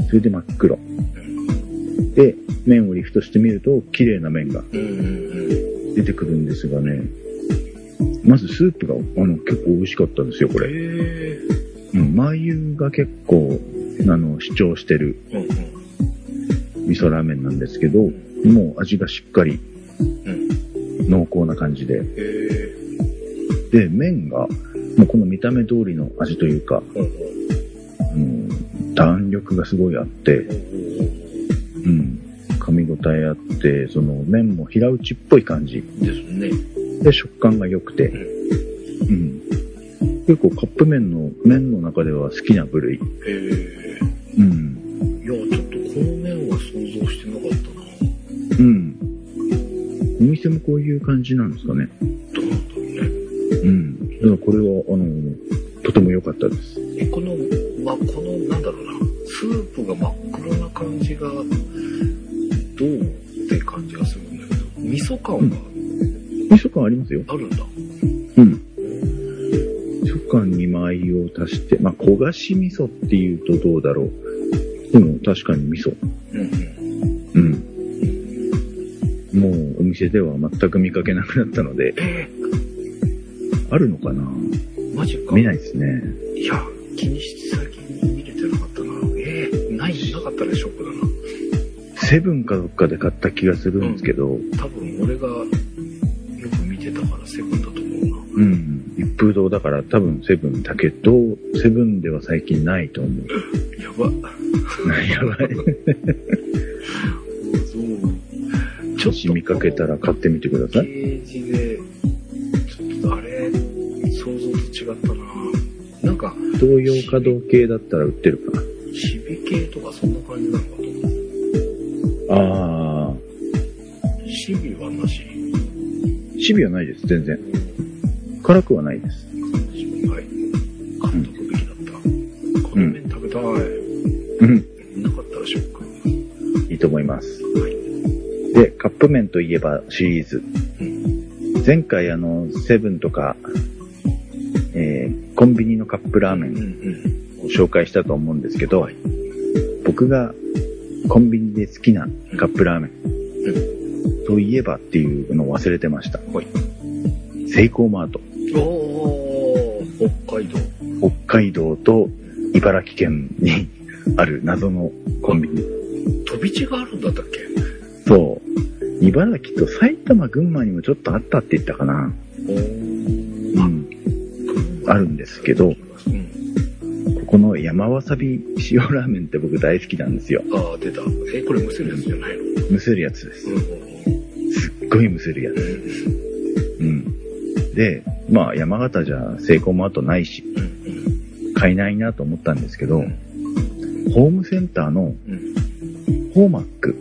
Speaker 1: それで真っ黒。で、麺をリフトしてみると、綺麗な麺が
Speaker 2: うんうんうん。
Speaker 1: 出てくるんですがね、まずスープが、あの、結構美味しかったんですよ、こ
Speaker 2: こ
Speaker 1: れ。
Speaker 2: れ。
Speaker 1: うん、麻油が結構、あの、主張してる
Speaker 2: うんうん。
Speaker 1: 味噌ラーメンなんですけど、もう味がしっかり
Speaker 2: うん。
Speaker 1: 濃厚な感じで、
Speaker 2: へえ。
Speaker 1: で、麺が、もうこの見た目通りの味というか、
Speaker 2: うんうん。
Speaker 1: うん、弾力がすごいあって、うん、噛み応えあって、その麺も平打ちっぽい感じ
Speaker 2: ですね。
Speaker 1: で食感が良くて、うん、結構カップ麺の麺の中では好きな部類。
Speaker 2: へえ。
Speaker 1: うん、
Speaker 2: いや、ちょっとこの麺は想像してなかったな。
Speaker 1: うん、テムこういう感じなんですかね。
Speaker 2: どうなんだろうね。
Speaker 1: うん。だからこれは、あの、とても良かったです。
Speaker 2: この、まあ、この、なんだろうな、スープが真っ黒な感じが、どうって感じがするんだけど、味噌感が
Speaker 1: 味噌感ありますよ。
Speaker 2: あるんだ。
Speaker 1: うん。味噌感に米を足して、まあ、焦がし味噌っていうとどうだろう。でも確かに味噌。
Speaker 2: うんうん。
Speaker 1: うん。もうお店では全く見かけなくなったので、
Speaker 2: え
Speaker 1: あるのかな
Speaker 2: ー、マジか。
Speaker 1: 見ないですね。
Speaker 2: いや、気にして最近見れてなかったな。えー、ない、なかったらショックだ
Speaker 1: セブンかどっかで買った気がするんですけど、
Speaker 2: な。多分俺がよく見てたからセブンだと思う
Speaker 1: う
Speaker 2: な。
Speaker 1: ん。一風堂だから多分セブンだけど、セブンでは最近ないと思う。
Speaker 2: やば。
Speaker 1: やばい。
Speaker 2: そう。
Speaker 1: ちょっと見かけたら買ってみてくだ
Speaker 2: ケ
Speaker 1: さい。
Speaker 2: ージで、ちょっとあれ、想像と違ったな。なんか、
Speaker 1: 同様可動系だったら売ってるか
Speaker 2: シビ系とかそんな感じなのかと思う。
Speaker 1: な。ああ。
Speaker 2: シビはなし。
Speaker 1: シビはないです、全然。辛くはないです。
Speaker 2: はい。監督べきだった。この麺食べたい。
Speaker 1: うん。
Speaker 2: なかったらショック。
Speaker 1: いいと思います。
Speaker 2: はい。
Speaker 1: で、カップ麺といえばシリーズ。
Speaker 2: うん。
Speaker 1: 前回あの、セブンとか、えー、コンビニのカップラーメ
Speaker 2: うん
Speaker 1: ン
Speaker 2: うん。
Speaker 1: を紹介したと思うんですけど、
Speaker 2: はい
Speaker 1: 僕がコンビニで好きなカップラーメン、といえばっていうのを忘れてました。
Speaker 2: はい
Speaker 1: セイコーマート、
Speaker 2: おー、北海道。
Speaker 1: 北海道と茨城県にある謎のコンビニ。
Speaker 2: 飛び地があるんだったっけ
Speaker 1: そう。茨城と埼玉、群馬にもちょっとあったって言ったかな。
Speaker 2: おー。
Speaker 1: うん。
Speaker 2: あ
Speaker 1: あるんですけど
Speaker 2: うん。
Speaker 1: ここの山わさび塩ラーメンって僕大好きなんですよ。
Speaker 2: あー、出た。え、これ蒸せるやつじゃないの
Speaker 1: むせるやつです。
Speaker 2: うん。
Speaker 1: すっごいむせるやつ。うん。で、まあ山形じゃ成功も後ないし、
Speaker 2: うん。
Speaker 1: 買えないなと思ったんですけ
Speaker 2: う
Speaker 1: ど、
Speaker 2: ん。
Speaker 1: ホームセンターの
Speaker 2: うん。
Speaker 1: ホーマック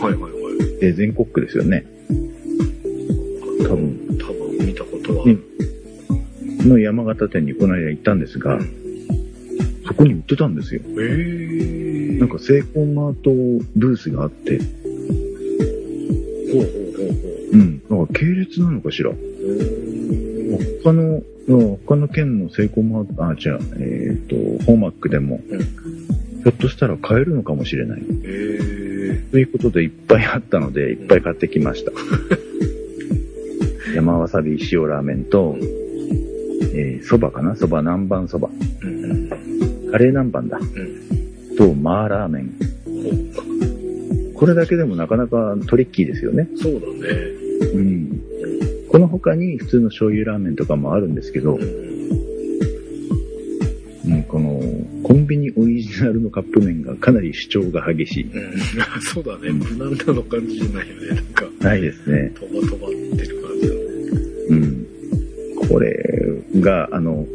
Speaker 2: はいはいはい。
Speaker 1: で全国区ですよね。多分。
Speaker 2: 多分見たことは。
Speaker 1: ねの山形店にこの間行ったんですが
Speaker 2: うん、
Speaker 1: そこに売ってたんですよ。
Speaker 2: えー。
Speaker 1: なんか成功マートブースがあって、
Speaker 2: ほうほうほうほう。
Speaker 1: うん。なんか系列なのかしら。他の、うん他の県のセイコーマート、あ、じゃあ、えっ、と、ホーマックでも、
Speaker 2: うん
Speaker 1: ひょっとしたら買えるのかもしれない。
Speaker 2: えー、
Speaker 1: ということで、いっぱいあったので、いっぱい買ってきま した。山わさび塩ラーメンと、えー、蕎麦かな蕎麦南蛮蕎麦。
Speaker 2: うんうん
Speaker 1: カレー南蛮だ。
Speaker 2: うん
Speaker 1: と、マーラーメン。
Speaker 2: ほ
Speaker 1: これだけでもなかなかトリッキーですよね。
Speaker 2: うそうだね。
Speaker 1: うん。この他に普通の醤油ラーメンとかもあるんですけど、
Speaker 2: うん
Speaker 1: うん、この、コンビニオリジナルのカップ麺がかなり主張が激しい。
Speaker 2: うん、そうだね。無難なの感じじゃないよね。なんか、
Speaker 1: ないですね。
Speaker 2: とばとばってる感じだね。
Speaker 1: うん。これが、あの、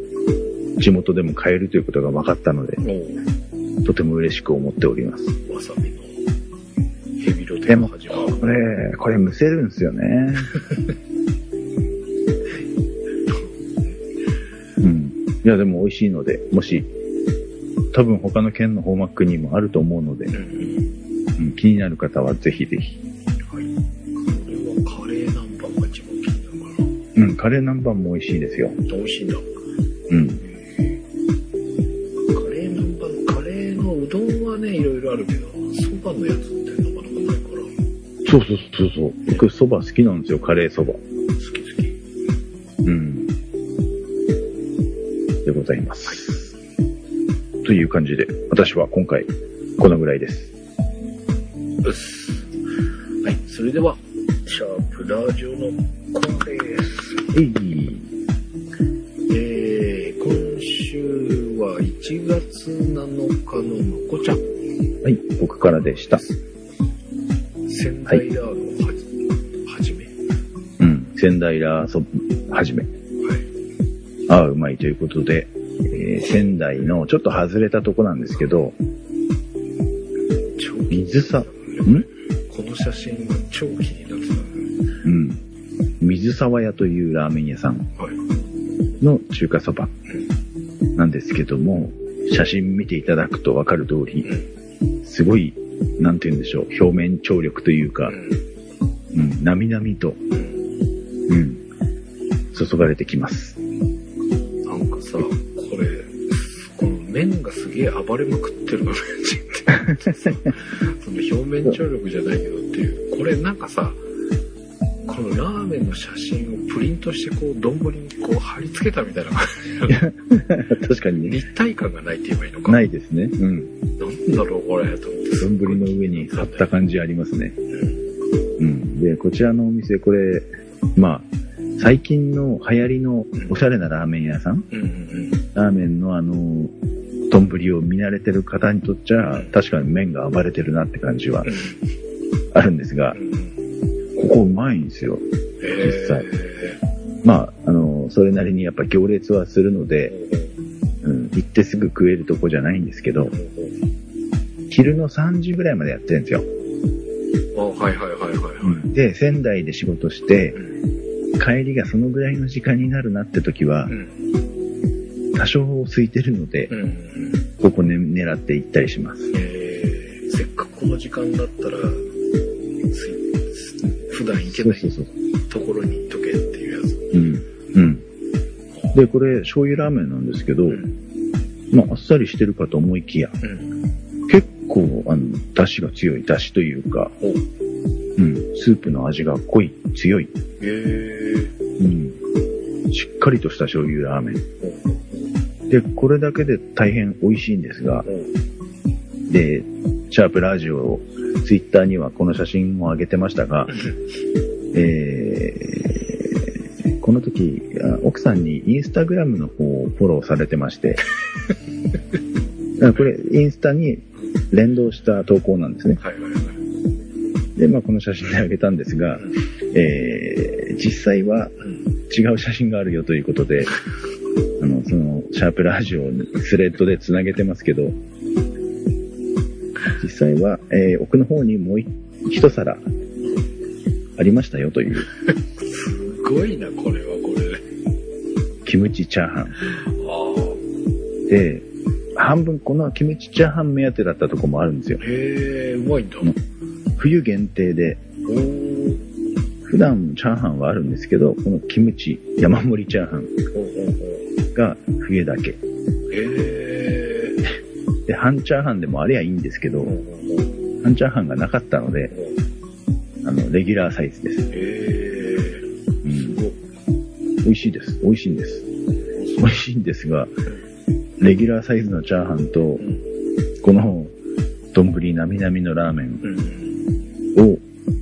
Speaker 1: 地元でも買えるということが分かったので、
Speaker 2: お
Speaker 1: とても嬉しく思っております。
Speaker 2: うわさびの、ヘビロテが始まる。
Speaker 1: これ、これむせるんですよね。 うん。いや、でも美味しいので、もし、多分他の県のホーマックにもあると思うので
Speaker 2: う、ん
Speaker 1: うん気になる方はぜひぜひ。
Speaker 2: うん。はい。これはカレー南蛮が一番気になるか
Speaker 1: うん、カレー南蛮も美味しいですよ。
Speaker 2: な。美味しいんだ。
Speaker 1: うん。
Speaker 2: カレー南蛮、カレーのうどんはね、いろいろあるけど、そばのやつってなかなかないから、
Speaker 1: そうそうそうそう。僕、蕎麦好きなんですよ、カレー蕎麦。
Speaker 2: 好き好き。
Speaker 1: うん。でございます。という感じで、私は今回、このぐらいです。
Speaker 2: うっすはい、それでは、シャープラジオのコンです。
Speaker 1: えい。
Speaker 2: えー、今週は1月7日のまこちゃん、
Speaker 1: はい、僕からでした。
Speaker 2: 仙台ラーのはじ、はじめ。
Speaker 1: うん。仙台ラーソはじめ。
Speaker 2: はい。
Speaker 1: ああ、うまいということで、えー仙台のちょっと外れたとこなんですけど、
Speaker 2: 超
Speaker 1: 水さ
Speaker 2: んこの写真が超気になってたね。
Speaker 1: う水沢屋というラーメン屋さん
Speaker 2: はい。
Speaker 1: の中華そばなんですけども、写真見ていただくとわかる通り、すごい、なんて言うんでしょう、表面張力というか、
Speaker 2: う
Speaker 1: うん、なみなみと、
Speaker 2: ん。
Speaker 1: うん、注がれてきます。
Speaker 2: なんかさ、これ、この麺がすげえ暴れまくってるの、麺人って。その表面張力じゃないけどっていう。これなんかさ、このラーメンの写真をプリントしてこう、丼にこう貼り付けたみたいな感
Speaker 1: 確か
Speaker 2: じ。
Speaker 1: にね、
Speaker 2: 立体感がないって言えばいいのか。
Speaker 1: ないですね。うん。
Speaker 2: なんだろう、これ、と思って。
Speaker 1: 丼の上に貼った感じありますね。
Speaker 2: うん。
Speaker 1: うん。で、こちらのお店、これ、まあ、最近の流行りのおしゃれなラーメン屋さん、
Speaker 2: うんうん
Speaker 1: ラーメンのあの、丼を見慣れてる方にとっちゃ、確かに麺が暴れてるなって感じは
Speaker 2: う
Speaker 1: あるんですが、
Speaker 2: ん。うん。
Speaker 1: ここうまいんですよ。
Speaker 2: え
Speaker 1: 際まあ、あの、それなりにやっぱ行列はするので、うん、行ってすぐ食えるとこじゃないんですけど、
Speaker 2: ー。
Speaker 1: 昼の3時ぐらいまでやってるんですよ。
Speaker 2: あ、はいはいはいはいはい。
Speaker 1: で、仙台で仕事して、
Speaker 2: うん。
Speaker 1: 帰りがそのぐらいの時間になるなって時は
Speaker 2: う、ん。
Speaker 1: 多少空いてるので、
Speaker 2: うんうん。
Speaker 1: ここね、狙って行ったりします。
Speaker 2: えーせっかくこの時間だったら、す普段行け
Speaker 1: そ
Speaker 2: な
Speaker 1: う
Speaker 2: い
Speaker 1: そうそう。
Speaker 2: ところに行っとけっていうやつ。
Speaker 1: うん。うん。で、これ、醤油ラーメンなんですけど、
Speaker 2: うん。
Speaker 1: まあ、あっさりしてるかと思いきや、
Speaker 2: うん。
Speaker 1: 結構、あの、出汁が強い、出汁というか、
Speaker 2: お
Speaker 1: うん、スープの味が濃い、強い、
Speaker 2: えー
Speaker 1: うん、しっかりとした醤油ラーメン。で、これだけで大変美味しいんですが
Speaker 2: お、お
Speaker 1: で、シャープラジオを、ツイッターにはこの写真を上げてましたが、えーこの時、あ奥さんにインスタグラムの方をフォローされてまして、あこれ、インスタに連動した投稿なんですね。
Speaker 2: はいはいはい。
Speaker 1: で、まあ、この写真であげたんですが、えー実際は
Speaker 2: うん。
Speaker 1: 違う写真があるよということで、あの、その、シャープラジオにスレッドで繋げてますけど、実際は、えー奥の方にもう一一皿ありましたよという、
Speaker 2: すごいな、これはこれ。
Speaker 1: キムチチャーハン。
Speaker 2: ああ。
Speaker 1: で、半分このキムチチャーハン目当てだったとこもあるんですよ。
Speaker 2: へえー、うまいんだ。
Speaker 1: うん冬限定で、
Speaker 2: おー
Speaker 1: 普段チャーハンはあるんですけど、このキムチ山盛りチャーハン
Speaker 2: おおお
Speaker 1: が冬だけ。
Speaker 2: えー
Speaker 1: で、半チャーハンでもありゃいいんですけど
Speaker 2: お、おお
Speaker 1: 半チャーハンがなかったので、あの、レギュラーサイズです。
Speaker 2: えー
Speaker 1: う
Speaker 2: す
Speaker 1: ん、
Speaker 2: ごい。
Speaker 1: 美味しいです。美味しいんです。美味しいんですが、レギュラーサイズのチャーハンと
Speaker 2: う、ん
Speaker 1: この、丼なみなみのラーメン
Speaker 2: うん。
Speaker 1: を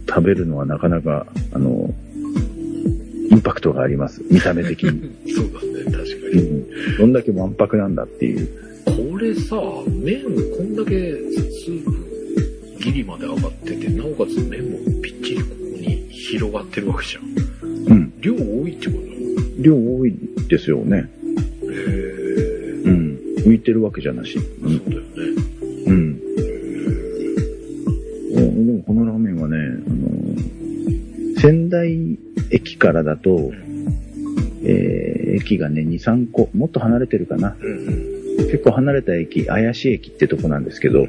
Speaker 1: 食べるのはなかなか、あの、インパクトがあります。見た目的に。
Speaker 2: そうだね、確か
Speaker 1: う
Speaker 2: に。
Speaker 1: ん、どんだけわんぱくなんだっていう。
Speaker 2: これさ、麺、こんだけスープギリまで上がってて、なおかつ麺もぴっちりここに広がってるわけじゃん。
Speaker 1: うん。
Speaker 2: 量多いってこ
Speaker 1: 量多いですよね。
Speaker 2: とへえ
Speaker 1: うん。浮いてるわけじゃなし。
Speaker 2: ー、そうだよね。
Speaker 1: うん。
Speaker 2: へー
Speaker 1: おでもこのラーメンはね、あの仙台駅からだと、えー駅がね、2、3個、もっと離れてるかな。
Speaker 2: うんうん
Speaker 1: 結構離れた駅、怪しい駅ってとこなんですけ
Speaker 2: う
Speaker 1: ど、
Speaker 2: んう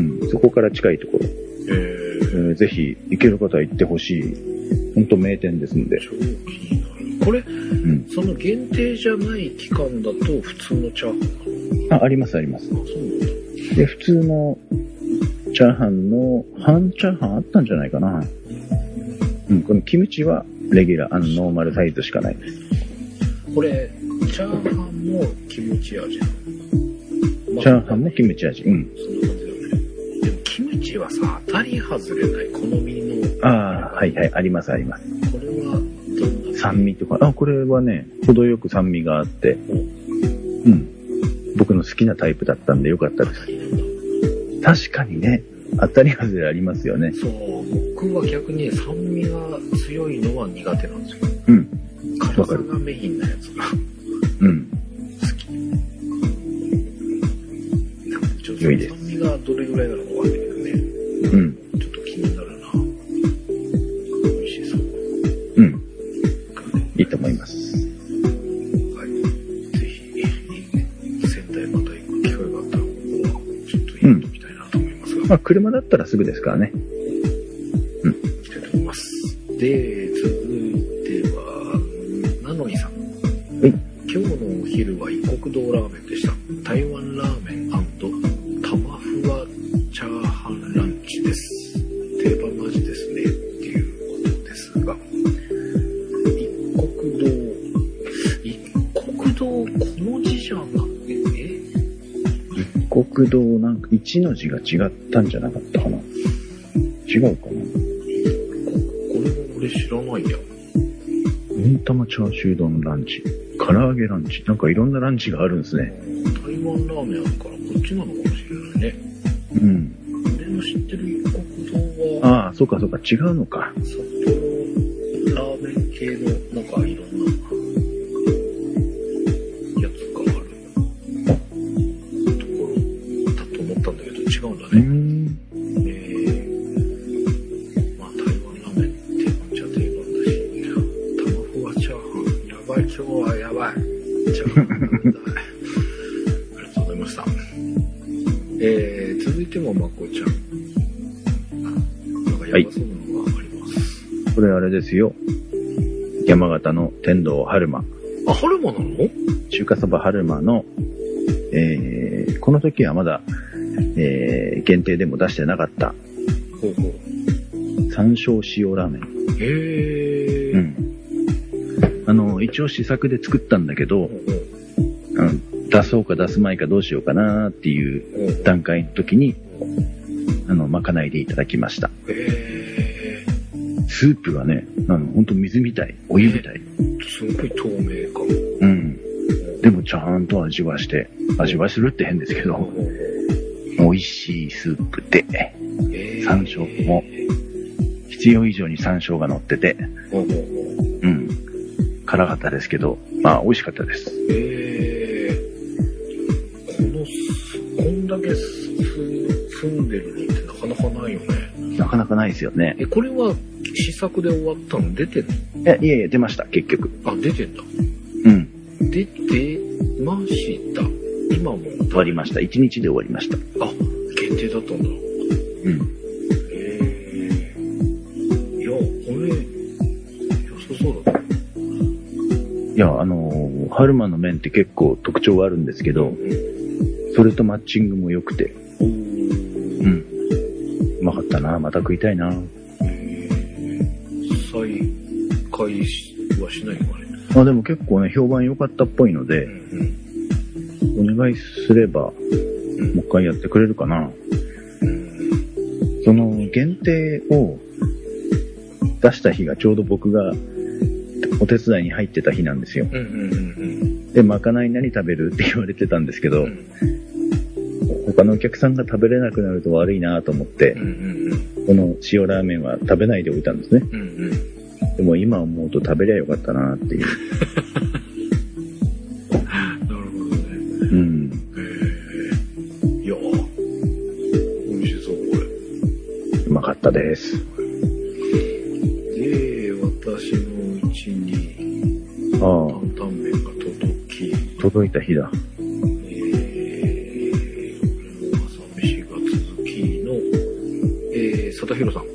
Speaker 2: ん。
Speaker 1: うん、そこから近いところ、
Speaker 2: えー、
Speaker 1: えーぜひ行ける方は行ってほしい。ほんと名店ですので。
Speaker 2: 超気になる。これ、
Speaker 1: ん
Speaker 2: その限定じゃない期間だと普通のチャーハンな
Speaker 1: あ、ありますあります。
Speaker 2: のかなそうなんだ。
Speaker 1: で、普通のチャーハンの、半チャーハンあったんじゃないかな。うん、このキムチはレギュラー、あの、ノーマルサイズしかないです。
Speaker 2: これ、チャーハンもキムチ味なの
Speaker 1: チャーハンもキムチ味。うん。
Speaker 2: そんな感じだよね。でもキムチはさ、当たり外れない好みの。
Speaker 1: ああ、はいはい、ありますあります。
Speaker 2: これは、どんな
Speaker 1: 酸味とか、あ、これはね、程よく酸味があって、うん。僕の好きなタイプだったんでよかった
Speaker 2: 当
Speaker 1: です。
Speaker 2: たりなんだ。
Speaker 1: 確かにね、当たり外れありますよね。
Speaker 2: そう、僕は逆に酸味が強いのは苦手なんですよ。
Speaker 1: うん。
Speaker 2: 辛さがメインなやつが好
Speaker 1: うん。
Speaker 2: き。なんかちょっと
Speaker 1: 良いです
Speaker 2: 酸味がどれぐらいなのかわかんないけどね。
Speaker 1: うん。
Speaker 2: ちょっと気になるな。美味しそう。
Speaker 1: うん。まあ、車だったらすぐですからね。
Speaker 2: きたいと思います。で、続いては、なのにさん。
Speaker 1: い
Speaker 2: 今日のお昼は異国道ラーメンでした。台湾ラーメン玉ふわチャーハンランチです。定番の味ですね。っていうことですが、一国道、一国道、この字じゃなくて、え
Speaker 1: 国道なんか、1の字が違ったんじゃなかったかな。違うかな。
Speaker 2: ここれも俺知らないや。
Speaker 1: 温玉チャーシュー丼ランチ、唐揚げランチ、なんかいろんなランチがあるんですね。
Speaker 2: 台湾ラーメンあるからこっちなのかもしれないね。
Speaker 1: うん。
Speaker 2: 俺の知ってる一国堂は、
Speaker 1: ああ、そうかそうか、違うのか。
Speaker 2: 札幌ラーメン系の、なんかいろんな、やつがあるところだと思ったんだけど、違うんだ
Speaker 1: うー
Speaker 2: ね。
Speaker 1: ん。
Speaker 2: えー、まあ台湾ラーメン定番っちゃ定番だし、いや、卵ふわチャーハン、やばい、今日はやばい。チャーハン食べたい。ありがとうございました。えー、続いてもまこちゃん。あなんかやばそうなのがあります。
Speaker 1: これあれですよ。山形の天童春馬、
Speaker 2: あ、ホルモンなの
Speaker 1: 中華そば春馬の、えー、この時はまだ、えー、限定でも出してなかった、
Speaker 2: ほうほう。
Speaker 1: 山椒塩ラーメン。
Speaker 2: へえー。
Speaker 1: うん。あの、一応試作で作ったんだけど、
Speaker 2: ほうほ
Speaker 1: う
Speaker 2: う
Speaker 1: ん、出そうか出すまいかどうしようかなーっていう
Speaker 2: ほうほう
Speaker 1: 段階の時に、あの、まかないでいただきました。
Speaker 2: え
Speaker 1: スープがね、あの、ほんと水みたい、お湯みたい。
Speaker 2: ー、すごい透明感。
Speaker 1: うん。でもちゃんと味はして、味はするって変ですけ
Speaker 2: ほう
Speaker 1: ど、
Speaker 2: ほうほう
Speaker 1: 美味しいスープで、
Speaker 2: えー
Speaker 1: 山椒も必要以上に山椒が乗ってて、
Speaker 2: ほうほうほう
Speaker 1: うん。辛かったですけど、まあ美味しかったです。
Speaker 2: えー、このす、こんだけす住んでるのってなかなかないよね。
Speaker 1: なかなかないですよね。
Speaker 2: え、これは試作で終わったの出てん
Speaker 1: え、いえいえ、出ました、結局。
Speaker 2: のあ、出てんだ。
Speaker 1: うん。
Speaker 2: 出てました。今も。
Speaker 1: 終わりました。1日で終わりました。
Speaker 2: あ、限定だったんだ。
Speaker 1: うん。
Speaker 2: えー、いや、これ、良さそうだね。
Speaker 1: いや、あのー、ハルマの麺って結構特徴があるんですけど、
Speaker 2: ん。
Speaker 1: それとマッチングも良くて、
Speaker 2: おー
Speaker 1: うん。うまかったな、また食いたいな。
Speaker 2: えー、再開しはしないのかね。
Speaker 1: まあでも結構ね、評判良かったっぽいので、
Speaker 2: ん。
Speaker 1: お願いすれば、もう一回やってくれるかな。
Speaker 2: うん。
Speaker 1: その限定を出した日がちょうど僕がお手伝いに入ってた日なんですよ。
Speaker 2: うんうんうん
Speaker 1: で、まかない何食べるって言われてたんですけ
Speaker 2: う
Speaker 1: ど、
Speaker 2: ん。
Speaker 1: 他のお客さんが食べれなくなると悪いなと思って
Speaker 2: うん、うんうん
Speaker 1: この塩ラーメンは食べないでおいたんですね。
Speaker 2: うんうん。
Speaker 1: でも今思うと食べりゃよかったなっていう。
Speaker 2: なるほどね。
Speaker 1: うん。
Speaker 2: えー、いやー、美味しそう、こ
Speaker 1: うまかったです。
Speaker 2: れ。で、私のうちに
Speaker 1: あ
Speaker 2: 担々麺が届き、
Speaker 1: あ、届いた日だ。
Speaker 2: えー、俺の朝飯が続きの、えー、佐田弘さん。はい。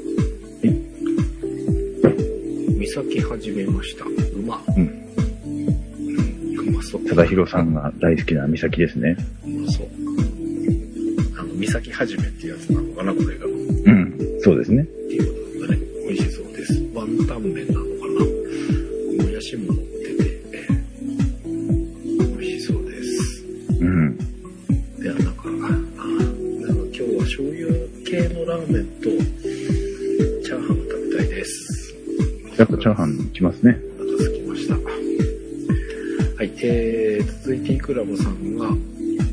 Speaker 2: 岬始めました。うま。
Speaker 1: うん
Speaker 2: うん。うまそう。
Speaker 1: ただひろさんが大好きな美咲ですね。
Speaker 2: そう。あの、岬はじめっていうやつなのかな、これが。って
Speaker 1: うん。そうですね。
Speaker 2: いうことだね。美味しそうです。ワンタン麺なのかな。もやしも乗ってて、えー美味しそうです。
Speaker 1: うん。
Speaker 2: で、なんか、あーなんか今日は醤油系のラーメンと、チャーハンが食べたいです。
Speaker 1: やっぱチャーハン来ますね。
Speaker 2: お腹空きました。はい、えー、続いてイクラブさんが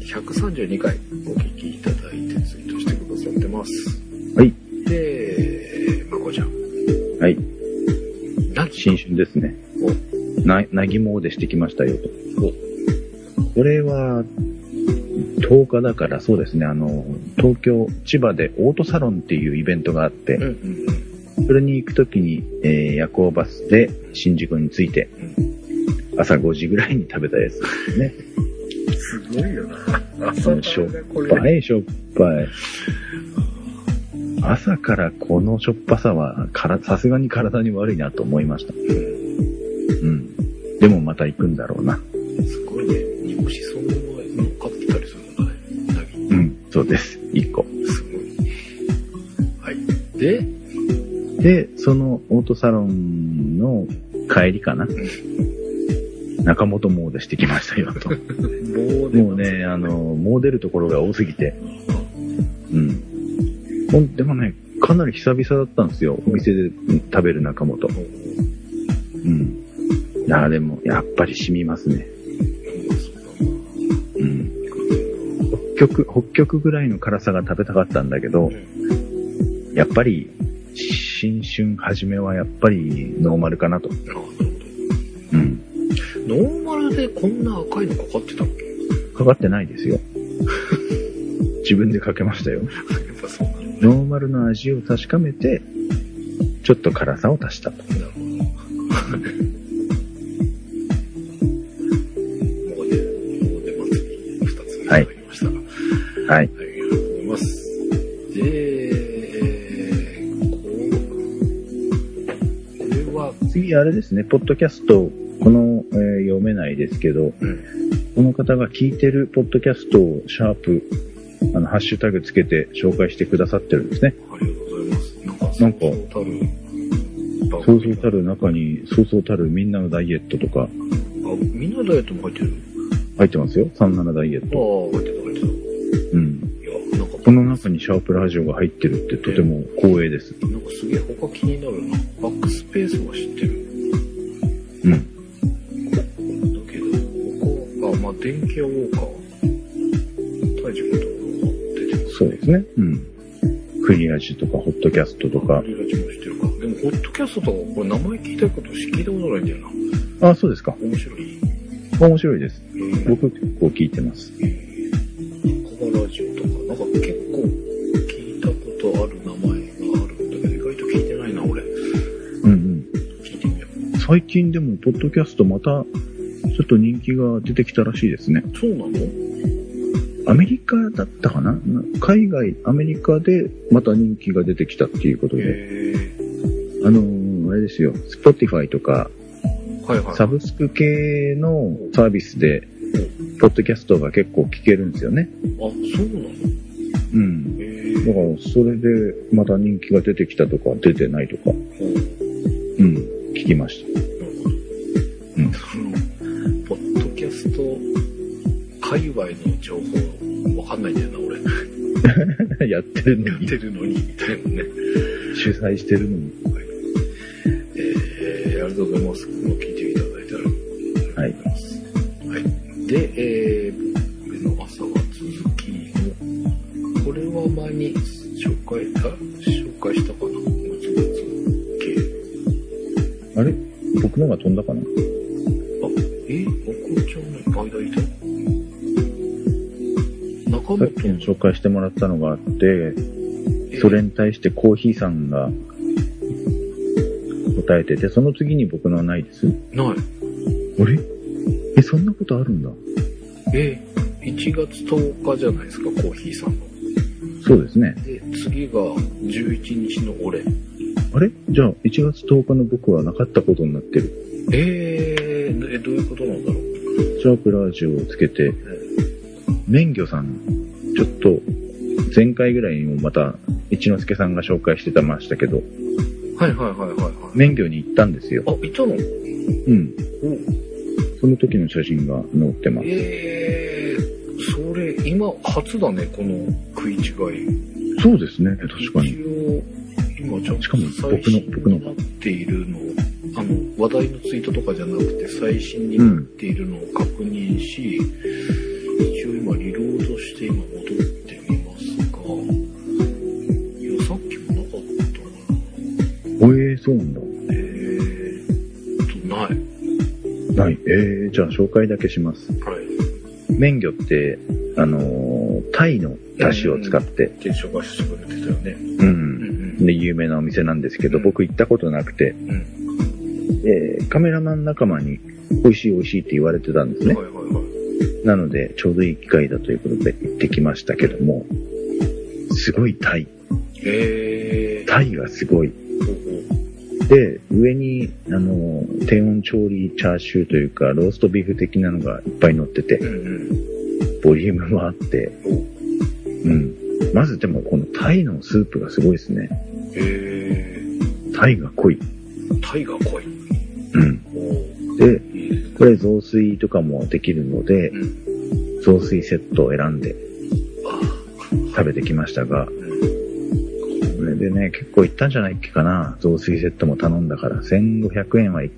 Speaker 2: 132回お聞きいただいてツイートしてくださってます。
Speaker 1: はい。
Speaker 2: で、まこちゃん。
Speaker 1: はい。
Speaker 2: ラジ
Speaker 1: 新春ですね。な、なぎもでしてきましたよと。これは、10日だからそうですね、あの、東京、千葉でオートサロンっていうイベントがあっ
Speaker 2: うん
Speaker 1: て、
Speaker 2: うんうん。
Speaker 1: それに行くときに、えー夜行バスで新宿に着いて、朝5時ぐらいに食べたやつ。
Speaker 2: すごいよな。朝晩がこ
Speaker 1: しょっぱ
Speaker 2: れ。
Speaker 1: い、しょっぱい。朝からこのしょっぱさは、からさすがに体に悪いなと思いました。
Speaker 2: うん
Speaker 1: うん。でもまた行くんだろうな。
Speaker 2: すごいね。煮干しそのまま乗っかってたりするんだね。うなぎ
Speaker 1: うん。そうです。一個。
Speaker 2: すごい。はい。で、
Speaker 1: で、そのオートサロンの帰りかな。中本も出してきましたよと。
Speaker 2: 棒で
Speaker 1: もうね、あの、もう出るところが多すぎて。うん。ほんでもね、かなり久々だったんですよ。お店でうん食べる中本。うん。いや、でも、やっぱり染みますね。うん。北極、北極ぐらいの辛さが食べたかったんだけど、やっぱり、新春初めはやっぱりノーマルかなと。うん。
Speaker 2: ノーマルでこんな赤いのかかってたっけ
Speaker 1: かかってないですよ。 自分でかけましたよ。
Speaker 2: やっぱそうなのね。
Speaker 1: ノーマルの味を確かめて、ちょっと辛さを足したと。
Speaker 2: なるほど。もうね、もうね、祭り二つ目入りましたが。
Speaker 1: はい。
Speaker 2: はい、ありがとうございます。で、えー、ここれは、
Speaker 1: 次、あれですね、ポッドキャスト、この、えー読めないですけど、
Speaker 2: うん、
Speaker 1: この方が聞いてるポッドキャストをシャープ、あの、ハッシュタグつけて紹介してくださってるんですね。
Speaker 2: ありがとうございます。なんか、
Speaker 1: なんか
Speaker 2: そうそうたる番
Speaker 1: そう
Speaker 2: 組
Speaker 1: そうたる中に、そうそうたるみんなのダイエットとか
Speaker 2: あ、みんなダイエットも入ってる。
Speaker 1: 入ってますよ。37ダイエット。
Speaker 2: ああ、入ってた、入ってた。
Speaker 1: うん。
Speaker 2: いや、なんか、
Speaker 1: この中にシャープラジオが入ってるってとても光栄です。
Speaker 2: なんかすげえ他気になるな。バックスペースは知ってる。
Speaker 1: うん。
Speaker 2: だけど、ここ、あ、まあ、電気屋ウォーカー。体重のところが出てます
Speaker 1: そうですね。うん。クリアジとか、ホットキャストとか
Speaker 2: リ。ラジもしてるか。でも、ホットキャストとか、これ名前聞いたこと聞いたことないんだよな。
Speaker 1: あ、そうですか。
Speaker 2: 面白い。
Speaker 1: 面白いです。
Speaker 2: うん
Speaker 1: 僕結構聞いてます。
Speaker 2: コバラジオとか、なんか結構聞いたことある名前があるんだけど、意外と聞いてないな、俺。
Speaker 1: うんうん。
Speaker 2: 聞いてみよう。
Speaker 1: 最近でも、ポッドキャストまた、ちょっと人気が出てきたらしいですね。
Speaker 2: そうなの
Speaker 1: アメリカだったかなな海外、アメリカでまた人気が出てきたっていうことで。
Speaker 2: へ
Speaker 1: あのーあれですよ、Spotify とか、
Speaker 2: え。はいはい。
Speaker 1: サブスク系のサービスで、ポッドキャストが結構聞けるんですよね。
Speaker 2: あ、そうなの
Speaker 1: うん。
Speaker 2: へ
Speaker 1: だ
Speaker 2: え。
Speaker 1: から、それでまた人気が出てきたとか、出てないとか、
Speaker 2: ほう
Speaker 1: うん、聞きました。
Speaker 2: なるほど。
Speaker 1: うん
Speaker 2: その、ポッドキャスト界隈の情報、わかんないんだよな、俺。
Speaker 1: やってる
Speaker 2: や
Speaker 1: の
Speaker 2: っ
Speaker 1: に、
Speaker 2: てる のに、みたいなね。
Speaker 1: 主催してるのに。
Speaker 2: えー、ありがとうございます。もう聞いていただいたら。
Speaker 1: はい
Speaker 2: はい。で、えー、目の朝は続きを、これは前に紹介、あ紹介したかな松松系。
Speaker 1: あれ僕のが飛んだかな
Speaker 2: え僕ちゃんの倍だいた中
Speaker 1: さっき
Speaker 2: 本
Speaker 1: の紹介してもらったのがあって、
Speaker 2: え
Speaker 1: それに対してコーヒーさんが答えてて、その次に僕のはないです。
Speaker 2: ない。
Speaker 1: あれえ、そんなことあるんだ。
Speaker 2: えー、1月10日じゃないですか、コーヒーさんの。
Speaker 1: そうですね。
Speaker 2: で、次が11日の俺。
Speaker 1: あれじゃあ、1月10日の僕はなかったことになってる。
Speaker 2: えー、えどういうことなんだろう。
Speaker 1: シャープラージュをつけて、免許さん、ちょっと、前回ぐらいにもまた、一之輔さんが紹介してたましたけど、
Speaker 2: はいはいはいはいはい。
Speaker 1: 免許に行ったんですよ。
Speaker 2: あ、いたの
Speaker 1: うん。その時の写真が載ってます。
Speaker 2: えー、それ、今、初だね、この食い違い。
Speaker 1: そうですね、確かに。
Speaker 2: 一応、今ちゃんと
Speaker 1: しかも
Speaker 2: 最新
Speaker 1: 僕の僕の
Speaker 2: になっているのを、あの、話題のツイートとかじゃなくて、最新に
Speaker 1: う
Speaker 2: なっ
Speaker 1: ん。
Speaker 2: ているのを確認し、一応今、リロードして今戻ってみますが、いや、さっきもなかったな。
Speaker 1: おえー、そうなんだ。
Speaker 2: えーっと、ない。
Speaker 1: はい。えー、じゃあ紹介だけします。
Speaker 2: はい。
Speaker 1: 免許って、あのータイの出汁を使って、
Speaker 2: 定食はしてくれてたよね。
Speaker 1: うん。
Speaker 2: ん
Speaker 1: で、有名なお店なんですけど、
Speaker 2: うん
Speaker 1: 僕行ったことなくて、
Speaker 2: うん。うん。
Speaker 1: えーカメラマン仲間に、美味しい美味しいって言われてたんですね。
Speaker 2: はいはいはい。
Speaker 1: なので、ちょうどいい機会だということで行ってきましたけども、すごいタイ。
Speaker 2: え
Speaker 1: タイがすごい。
Speaker 2: うん
Speaker 1: で、上に、あの、低温調理チャーシューというか、ローストビーフ的なのがいっぱい乗ってて、
Speaker 2: うん
Speaker 1: ボリュームもあって、うん。まずでもこのタイのスープがすごいですね。
Speaker 2: へ
Speaker 1: タイが濃い。
Speaker 2: ータイが濃い。
Speaker 1: うん。
Speaker 2: おー
Speaker 1: で、
Speaker 2: いいですね
Speaker 1: これ雑炊とかもできるので、
Speaker 2: うん
Speaker 1: 雑炊セットを選んで
Speaker 2: あ
Speaker 1: 食べてきましたが、
Speaker 2: ーうん
Speaker 1: それでね、結構いったんじゃないっけかな。雑炊セットも頼んだから、1500円はい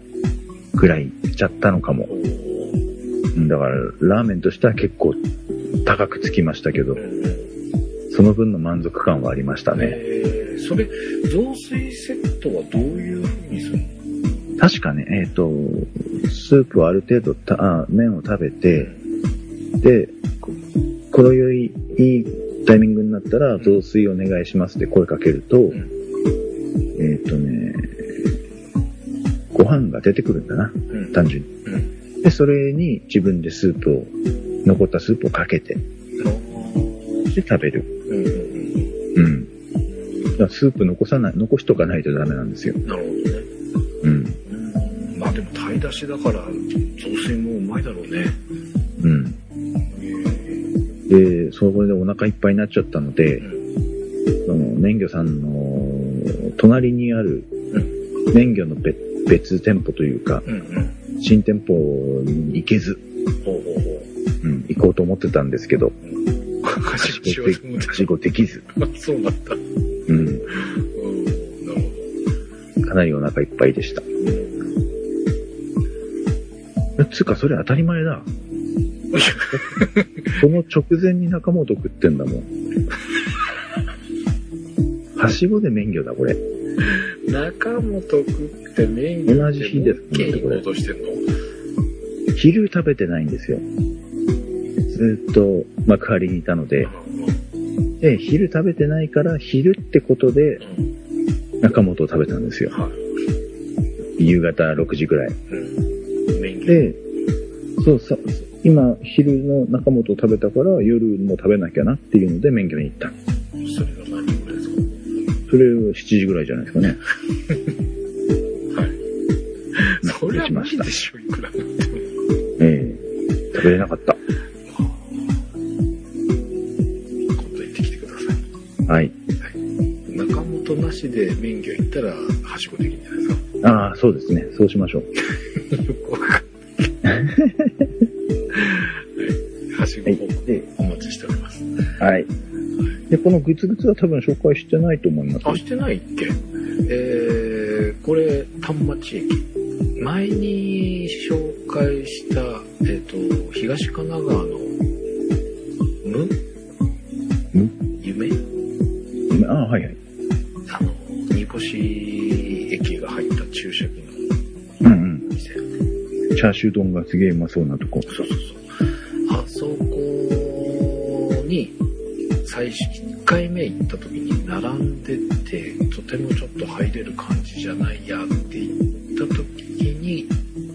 Speaker 1: くらいいっちゃったのかも
Speaker 2: お。ー
Speaker 1: うんだから、ラーメンとしては結構高くつきましたけど
Speaker 2: う、んうん
Speaker 1: その分の満足感はありましたね。
Speaker 2: えーそれ、雑炊セットはどういう風にするの
Speaker 1: 確かね、えっ、と、スープをある程度た、あ麺を食べて、で、ここのよい、いいタイミングになったら、雑炊お願いしますって声かけると、
Speaker 2: ん
Speaker 1: えっ、とね、ご飯が出てくるんだな、
Speaker 2: うん
Speaker 1: 単純に。
Speaker 2: うん
Speaker 1: で、それに自分でスープを、残ったスープをかけて、
Speaker 2: あー
Speaker 1: で食べる。
Speaker 2: うんうん
Speaker 1: うん。だからスープ残さない、残しとかないとダメなんですよ
Speaker 2: う。んなるほどね。
Speaker 1: うん。
Speaker 2: うんまあでも、鯛出しだから、雑炊もうまいだろうね。
Speaker 1: うん。で、そこでお腹いっぱいになっちゃったので、その、年魚さんの、隣にある、年魚の別別店舗というか、
Speaker 2: うんうん。
Speaker 1: 新店舗に行けず、
Speaker 2: ほうほうほ
Speaker 1: うん、行こうと思ってたんですけ ど、
Speaker 2: う。はしごしようと思っ
Speaker 1: はしごできず、
Speaker 2: た。そうだった。うん。
Speaker 1: うん、
Speaker 2: なるほ
Speaker 1: かなりお腹いっぱいでした。
Speaker 2: ど。うん
Speaker 1: つうか、それ当たり前だ。その直前に中本食ってんだもん。はしごで免許だ、これ。
Speaker 2: 中本食ってメイン
Speaker 1: 同じ日です
Speaker 2: ケに戻してんの
Speaker 1: 昼食べてないんですよ。ずーっと幕張にいたので、で、昼食べてないから、昼ってことで
Speaker 2: うん
Speaker 1: 中本を食べたんですよ。
Speaker 2: はい
Speaker 1: 夕方6時ぐらい。
Speaker 2: うん。メインで。
Speaker 1: で、そうさ、今、昼の中本を食べたから、夜も食べなきゃなっていうので、免許に行った。
Speaker 2: それが何人ぐらいですか
Speaker 1: それを7時ぐらいじゃないですかね。
Speaker 2: はい。
Speaker 1: うん
Speaker 2: そりゃ
Speaker 1: しま
Speaker 2: 無
Speaker 1: し
Speaker 2: 理
Speaker 1: た
Speaker 2: で。しょ、いくらなんでも。
Speaker 1: ええ食べれなかった。
Speaker 2: 今度行ってきてください。
Speaker 1: はい。
Speaker 2: 中本なしで免許行ったら、はしごできるんじゃないですか。
Speaker 1: ああ、そうですね。そうしましょう。
Speaker 2: よくわかんない。 はい。はしご
Speaker 1: はい
Speaker 2: を。
Speaker 1: で、
Speaker 2: お待ちしております。
Speaker 1: はい。で、このグツグツは多分紹介してないと思います。
Speaker 2: あ、してないっけえー、これ、丹町駅。前に紹介した、えっ、と、東神奈川の、む
Speaker 1: む
Speaker 2: 夢
Speaker 1: ああ、はいはい。
Speaker 2: あの、ニコシ駅が入った注射器の
Speaker 1: うんうん。
Speaker 2: 店。
Speaker 1: チャーシュー丼がすげえうまそうなとこ。
Speaker 2: そうそうそう。あそこに、最初、1回目行った時に並んでて、とてもちょっと入れる感じじゃないやって言った時に、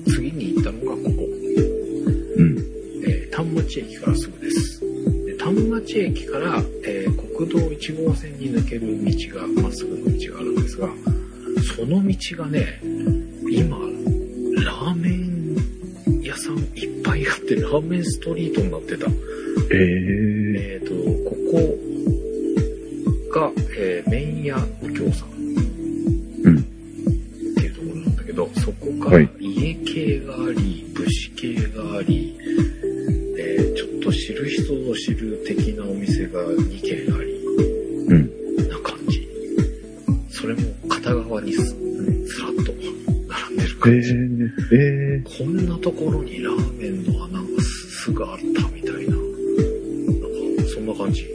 Speaker 2: 次に行ったのがここ、
Speaker 1: うん。
Speaker 2: えー丹町駅からすぐです。で丹町駅から、えー国道1号線に抜ける道が、まっすぐの道があるんですが、その道がね、今、ラーメン屋さんいっぱいあって、ラーメンストリートになってた。
Speaker 1: ええ
Speaker 2: えっ、と、ここが、えー、麺屋右京さん。
Speaker 1: うん
Speaker 2: っていうところなんだけど、そこか
Speaker 1: は
Speaker 2: ら
Speaker 1: い
Speaker 2: 家系があり、武士系があり、えーちょっと知る人ぞ知る的なお店が2軒あり、
Speaker 1: うん。
Speaker 2: な感じ。それも片側にすずらっと並んで
Speaker 1: え
Speaker 2: る感じ。
Speaker 1: ええ
Speaker 2: こんなところにラーメンの穴がすぐあったみたいな。なんか、そんな感じ。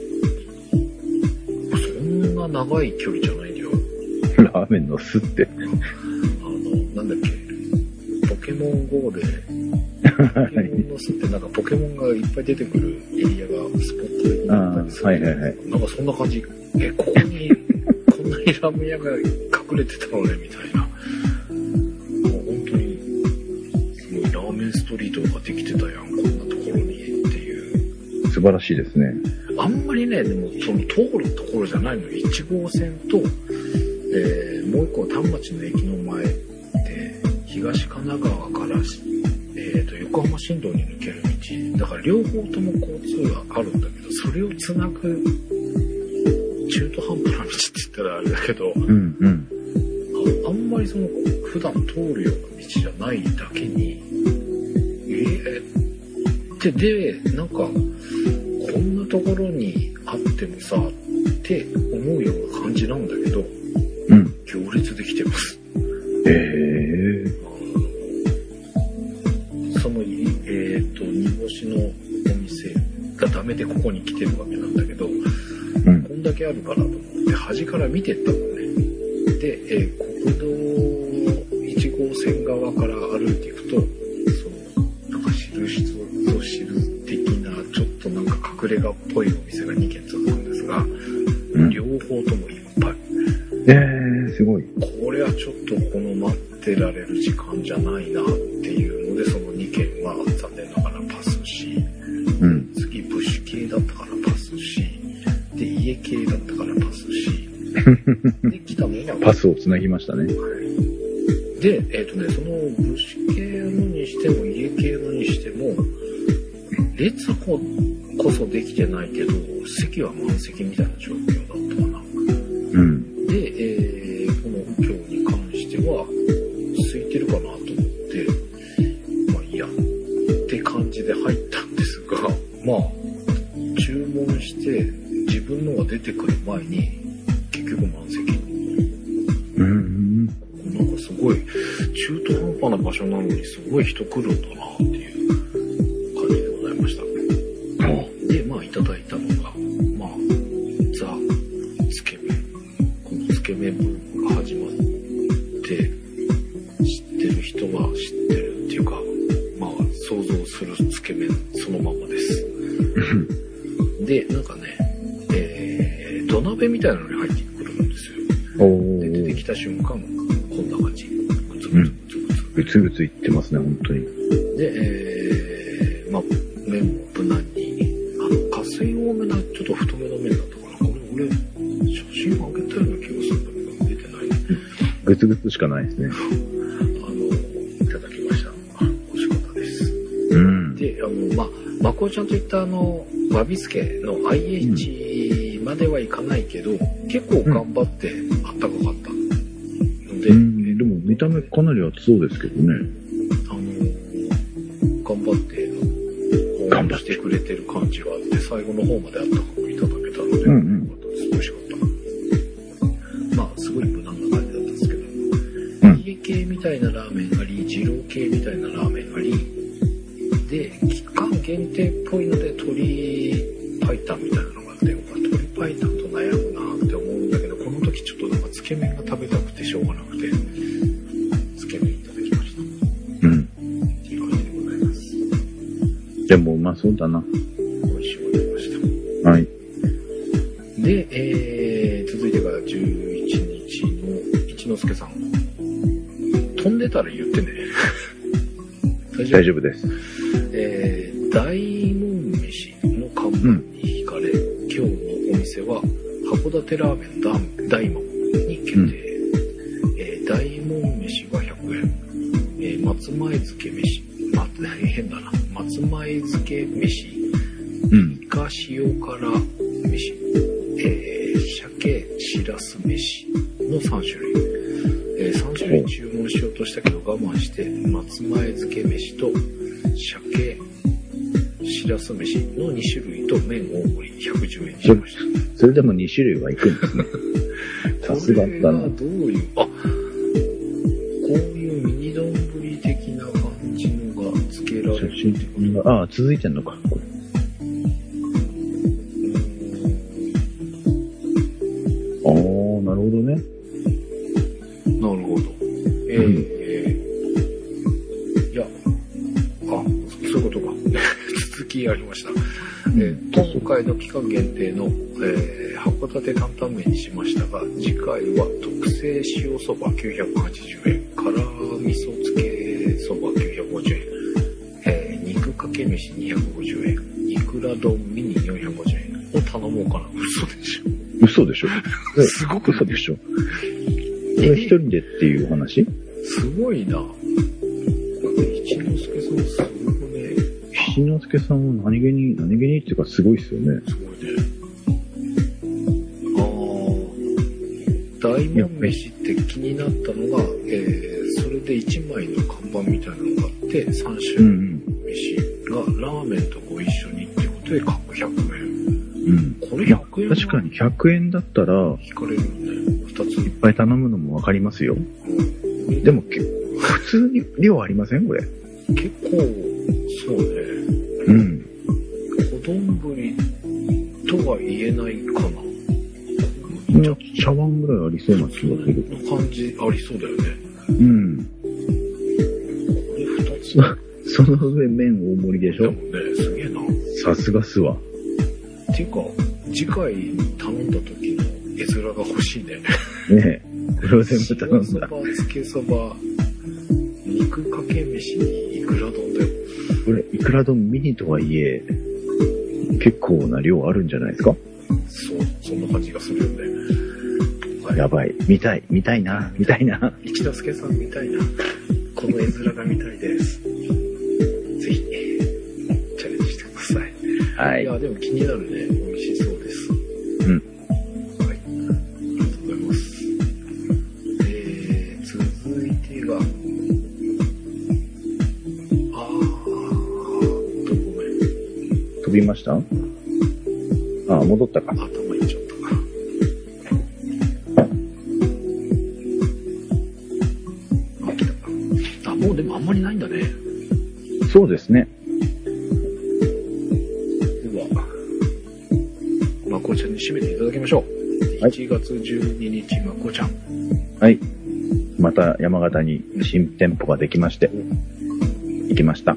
Speaker 2: そんな長い距離じゃないんだよ。
Speaker 1: えラーメンの巣って。
Speaker 2: あの、なんだっけ。ポケモン GO で、ポケモンの巣ってなんかポケモンがいっぱい出てくるエリアがスポットになったりす
Speaker 1: あー
Speaker 2: る。
Speaker 1: はいはいはい
Speaker 2: なんかそんな感じ。え、ここに、 こんなにラーメン屋が隠れてたのね、みたいな。もう本当に、すごいラーメンストリートができてたやん、こんなところに、っていう。
Speaker 1: 素晴らしいですね。
Speaker 2: あんまりね、でも、その通るところじゃないのよ。1号線と、でもう一個丹町の駅の前で東神奈川からし、えー、と横浜新道に抜ける道だから両方とも交通があるんだけどそれをつなぐ中途半端な道って言ったらあれだけど
Speaker 1: うんうん。
Speaker 2: ああんまりその普段通るような道じゃないだけにえーってでなんかこんなところにあってもさって思うような感じなんだけど
Speaker 1: うん。
Speaker 2: 行列できてます
Speaker 1: ええ
Speaker 2: その、えっ、と、煮干しのお店がダメでここに来てるわけなんだけど、
Speaker 1: うん
Speaker 2: こんだけあるからと思って、端から見てったのね。で、えー国道1号線側から歩いていくと、その、なんか知る人ぞ知る的な、ちょっとなんか隠れ家っぽいお店が2軒続くんですが、
Speaker 1: うん
Speaker 2: 両方ともいっぱい。
Speaker 1: ええすごい。
Speaker 2: これはちょっとこの待ってられる時間じゃないなっていうのでその2件は残念ながらパスし
Speaker 1: うん。
Speaker 2: 次物資系だったからパスしで家系だったからパスしで来たのが
Speaker 1: パスをつなぎましたね。
Speaker 2: はいで、えっ、とね、その物資系のにしても家系のにしても、列ここそできてないけど、席は満席みたいな状況だったかな。
Speaker 1: うん。
Speaker 2: で、えーこの今日に関しては、空いてるかなと思って、まあいいや、って感じで入ったんですが、まあ、注文して、自分のが出てくる前に、結局満席。
Speaker 1: うん。
Speaker 2: なんかすごい、中途半端な場所なのに、すごい人来るんだなっていう感じでございました。で、まあ、いただいたのが、まあ、ザ・つけ麺。このつけ麺ブームが始まって、知ってる人は知ってるっていうか、まあ、想像するつけ麺そのままです。で、なんかね、えー、土鍋みたいなのに入ってくるんですよ。
Speaker 1: お
Speaker 2: で、出て
Speaker 1: ー。
Speaker 2: きた瞬間、こんな感じ。グツグツグツグツ。
Speaker 1: ぐつぐついってますね、本当に。
Speaker 2: で、えー、まあ、麺も無難に、あの、加水多めな、ちょっと太めの麺だったから、これ俺、写真あげたような気がするんだけど、出てない。
Speaker 1: ぐつぐつしかないですね。
Speaker 2: あの、いただきました。あ美味しかったです。
Speaker 1: うん。
Speaker 2: で、あの、まあ、まこちゃんといったあの、わびすけの IH まではいかないけど、結構頑張ってあったかかった。ので、
Speaker 1: うん、でも見た目かなり熱そうですけどね。
Speaker 2: あの頑張って、応
Speaker 1: 頑
Speaker 2: 援
Speaker 1: 張っ
Speaker 2: しててくれてる感じがあって、最後の方まであったかくいただけたので、
Speaker 1: うんうん
Speaker 2: よかったです。美味しかった。まあ、すごい無難な感じだったんですけど、
Speaker 1: うん
Speaker 2: 家系みたいなラーメンあり、二郎系みたいなラーメンあり、で、期間限定っぽいので、鶏白湯みたいなのがあって、これ鶏白湯と悩むなって思うんだけど、この時ちょっとなんかつけ麺が食べたくてしょうがなくて、つけ麺いただきました。
Speaker 1: うん。
Speaker 2: っていう感じでございます。
Speaker 1: でもうまそうだな。
Speaker 2: 美味しいものがありました。
Speaker 1: はい。
Speaker 2: で、えー、続いてが11日の一之輔さん。飛んでたら言ってね。大丈夫
Speaker 1: 大丈夫です。
Speaker 2: えー、大門飯の看板に惹かれ、今日のお店は函館ラーメンだ大門に決定。
Speaker 1: うん
Speaker 2: えー大門飯は100円。えー松前漬け飯。ま、 変だな。松前漬け飯
Speaker 1: うん。
Speaker 2: イカ塩辛飯、えー、鮭しらす飯の3種類、えー3種類注文しようとしたけど我慢して松前漬け飯と鮭しらす飯の2種類と麺大盛り110円にしました
Speaker 1: それでも2種類はいくん ですね。さすがだ
Speaker 2: これ
Speaker 1: な
Speaker 2: は。どういう、あこういうミニ丼的な感じのが付けられ
Speaker 1: 写
Speaker 2: る
Speaker 1: 真的にはああ、続いてんのか。これああ、なるほどね。
Speaker 2: なるほど。えー
Speaker 1: うん
Speaker 2: いや、あ、そういうことか。 続きありました。えー
Speaker 1: うん
Speaker 2: 今回の期間限定の、えー函館担々麺にしましたが、次回は特製塩そば980円、辛味噌漬けそば950円、えー肉かけ飯250円、いくら丼ミニ450円を頼もうかな。嘘でしょ。
Speaker 1: 嘘でしょ。
Speaker 2: すごく
Speaker 1: 嘘でしょ。それ一人でっていうお話
Speaker 2: すごいな。だって一之輔さんすごくね、
Speaker 1: 七之助さんは何気に、何気にっていうかすごいっすよね。
Speaker 2: すごいね。ああ、大門飯って気になったのが、えー、それで一枚の看板みたいなのがあって、三
Speaker 1: う
Speaker 2: 種
Speaker 1: ん
Speaker 2: 飯がラーメンとご一緒にってことで各100円。
Speaker 1: うん。うん。
Speaker 2: これ100円は
Speaker 1: 確かに100円だったら、
Speaker 2: 引かれるよね。二つ。
Speaker 1: いっぱい頼むのもわかりますよ。
Speaker 2: うん
Speaker 1: でもけ、普通に量ありませんこれ。
Speaker 2: 結構、そうね。
Speaker 1: うん。
Speaker 2: 小丼とは言えないかな。
Speaker 1: もう茶碗ぐらいありそうな気がする。
Speaker 2: な感じありそうだよね。
Speaker 1: うん。
Speaker 2: これ二つ
Speaker 1: そその上麺大盛りでし
Speaker 2: だも
Speaker 1: ょ
Speaker 2: んね。すげえな。
Speaker 1: さすがっすわ。
Speaker 2: っていうか、次回頼んだ時の絵面が欲しいね。
Speaker 1: ねえ。これを全部頼ん
Speaker 2: 塩そば
Speaker 1: だ。、
Speaker 2: つけそば、肉かけ飯にいくら丼だよ。
Speaker 1: これ、いくら丼ミニとはいえ、結構な量あるんじゃないですか
Speaker 2: そう、そんな感じがするよね。
Speaker 1: やばい。見たい。見たいな。見たいな。
Speaker 2: 一之輔さんみたいな、この絵面が見たいです。ぜひ、チャレンジしてください。、
Speaker 1: はいい。
Speaker 2: や、でも気になるね。美味しそうです。
Speaker 1: うん
Speaker 2: はい。ありがとうございます。えー、続いてが、あーっと、ごめん。
Speaker 1: 飛びましたあ、戻ったか。
Speaker 2: 頭いっちゃったかあ、来た。あ、もうでもあんまりないんだね。
Speaker 1: そうですね。
Speaker 2: では、まこちゃんに締めていただきましょう。
Speaker 1: はい
Speaker 2: 1月12日、まこちゃん。
Speaker 1: はい。また山形に新店舗ができまして、行きました。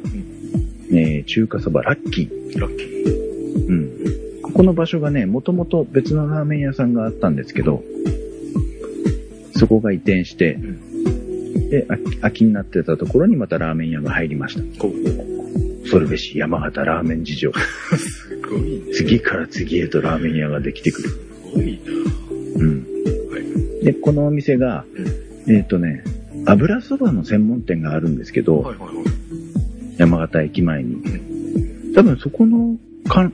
Speaker 1: えー中華そばラッキー。
Speaker 2: ラッキー。
Speaker 1: うん。ここの場所がね、もともと別のラーメン屋さんがあったんですけど、そこが移転して、で、あ空きになってたところにまたラーメン屋が入りました。
Speaker 2: こう。
Speaker 1: それべし山形ラーメン事情。
Speaker 2: すごいね。
Speaker 1: 次から次へとラーメン屋ができてくる。
Speaker 2: すごいな。
Speaker 1: うん。
Speaker 2: はい。
Speaker 1: で、このお店が、えっ、とね、油そばの専門店があるんですけど、
Speaker 2: はいはいはい。
Speaker 1: 山形駅前に。多分そこのかん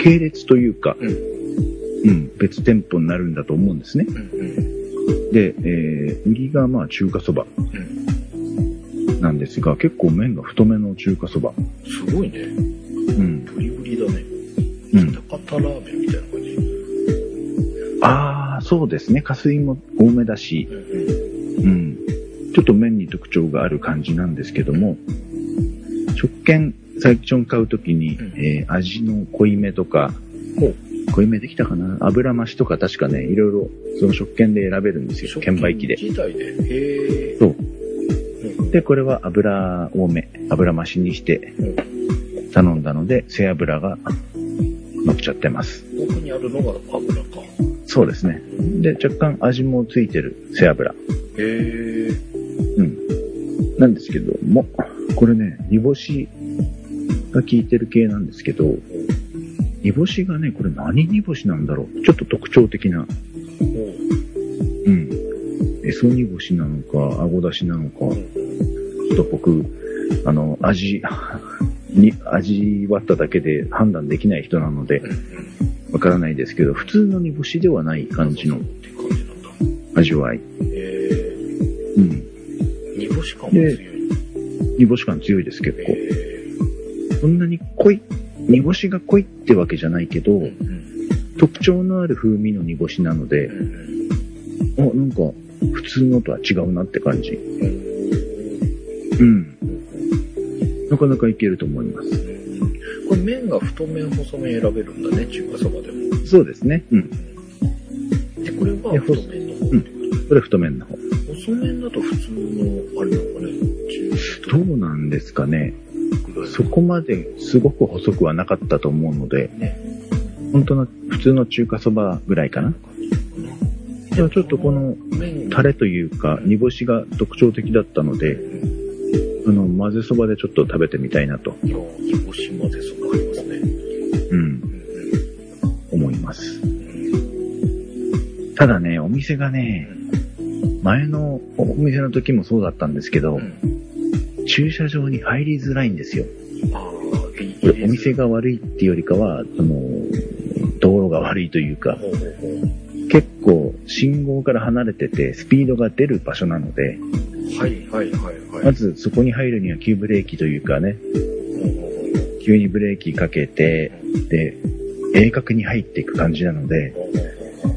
Speaker 1: 系列というか、
Speaker 2: う
Speaker 1: うん、別店舗になるんだと思うんですね。
Speaker 2: うんうん。
Speaker 1: で、えー売りがまあ中華そば
Speaker 2: うん。
Speaker 1: なんですが、結構麺が太めの中華そば。
Speaker 2: すごいね。
Speaker 1: うん。
Speaker 2: ブリブリだね。
Speaker 1: うん。
Speaker 2: 高田ラーメンみたいな感じ。
Speaker 1: ああ、そうですね。加水も多めだし、
Speaker 2: うんうん。
Speaker 1: うん。ちょっと麺に特徴がある感じなんですけども、食券、最初に買うときに、
Speaker 2: うん
Speaker 1: えー味の濃いめとか
Speaker 2: ほう、
Speaker 1: 濃いめできたかな油増しとか確かね、いろいろその食券で選べるんですよ。券売機で。
Speaker 2: 自体で。へえ。
Speaker 1: そう
Speaker 2: うん。
Speaker 1: で、これは油多め、油増しにして
Speaker 2: うん
Speaker 1: 頼んだので、背脂が乗っちゃってます。
Speaker 2: 奥にあるのが油か。
Speaker 1: そうですね。で、若干味もついてる背脂。
Speaker 2: へえ。
Speaker 1: なんですけども、これね、煮干しが効いてる系なんですけど、煮干しがね、これ何煮干しなんだろうちょっと特徴的な。
Speaker 2: もう。
Speaker 1: うん。えそ煮干しなのか、あごだしなのか、ちょっと僕、あの、味、 に、味わっただけで判断できない人なので
Speaker 2: う、んうん。
Speaker 1: わからないですけど、普通の煮干しではない感じの
Speaker 2: って感じなんだ。
Speaker 1: 味わい。
Speaker 2: え
Speaker 1: うん。
Speaker 2: ー、煮干し感も強い。
Speaker 1: 煮干し感強いです、結構。
Speaker 2: え
Speaker 1: そんなに濃い、煮干しが濃いってわけじゃないけど、
Speaker 2: ー、うんうん
Speaker 1: 特徴のある風味の煮干しなので
Speaker 2: う、ん
Speaker 1: あ、なんか、普通のとは違うなって感じ。
Speaker 2: うん。うん
Speaker 1: うん。なかなかいけると思います。
Speaker 2: これ麺が太麺細麺選べるんだね、中華そばでも。
Speaker 1: そうですね。うん。
Speaker 2: で、これは太麺の方ってこと
Speaker 1: これ太麺の方。
Speaker 2: 細麺だと普通の、あれなのかね、
Speaker 1: ど
Speaker 2: 中
Speaker 1: うなんですかね。
Speaker 2: 華ぐらい。
Speaker 1: そこまですごく細くはなかったと思うので、
Speaker 2: ね。
Speaker 1: 本当の普通の中華そばぐらいかな。じゃあちょっとこの
Speaker 2: 麺
Speaker 1: タレというか、煮干しが特徴的だったので、
Speaker 2: うん
Speaker 1: あの、混ぜそばでちょっと食べてみたいなと、
Speaker 2: いやー煮干しまでそばありますね。
Speaker 1: うん、
Speaker 2: う
Speaker 1: 思います。
Speaker 2: んうん。
Speaker 1: ただね、お店がね、前のお店の時もそうだったんですけど、
Speaker 2: うん。
Speaker 1: 駐車場に入りづらいんですよ。
Speaker 2: ああ、いい
Speaker 1: これお店。が悪いっていうよりかは、その、道路が悪いというか、
Speaker 2: ほうほうほ
Speaker 1: 結構信号から離れててスピードが出る場所なので、
Speaker 2: う。はいはいはいはい。
Speaker 1: まずそこに入るには急ブレーキというかね、
Speaker 2: ほうほうほう
Speaker 1: 急にブレーキかけて、で、鋭角に入っていく感じなので、
Speaker 2: ほうほうほうほ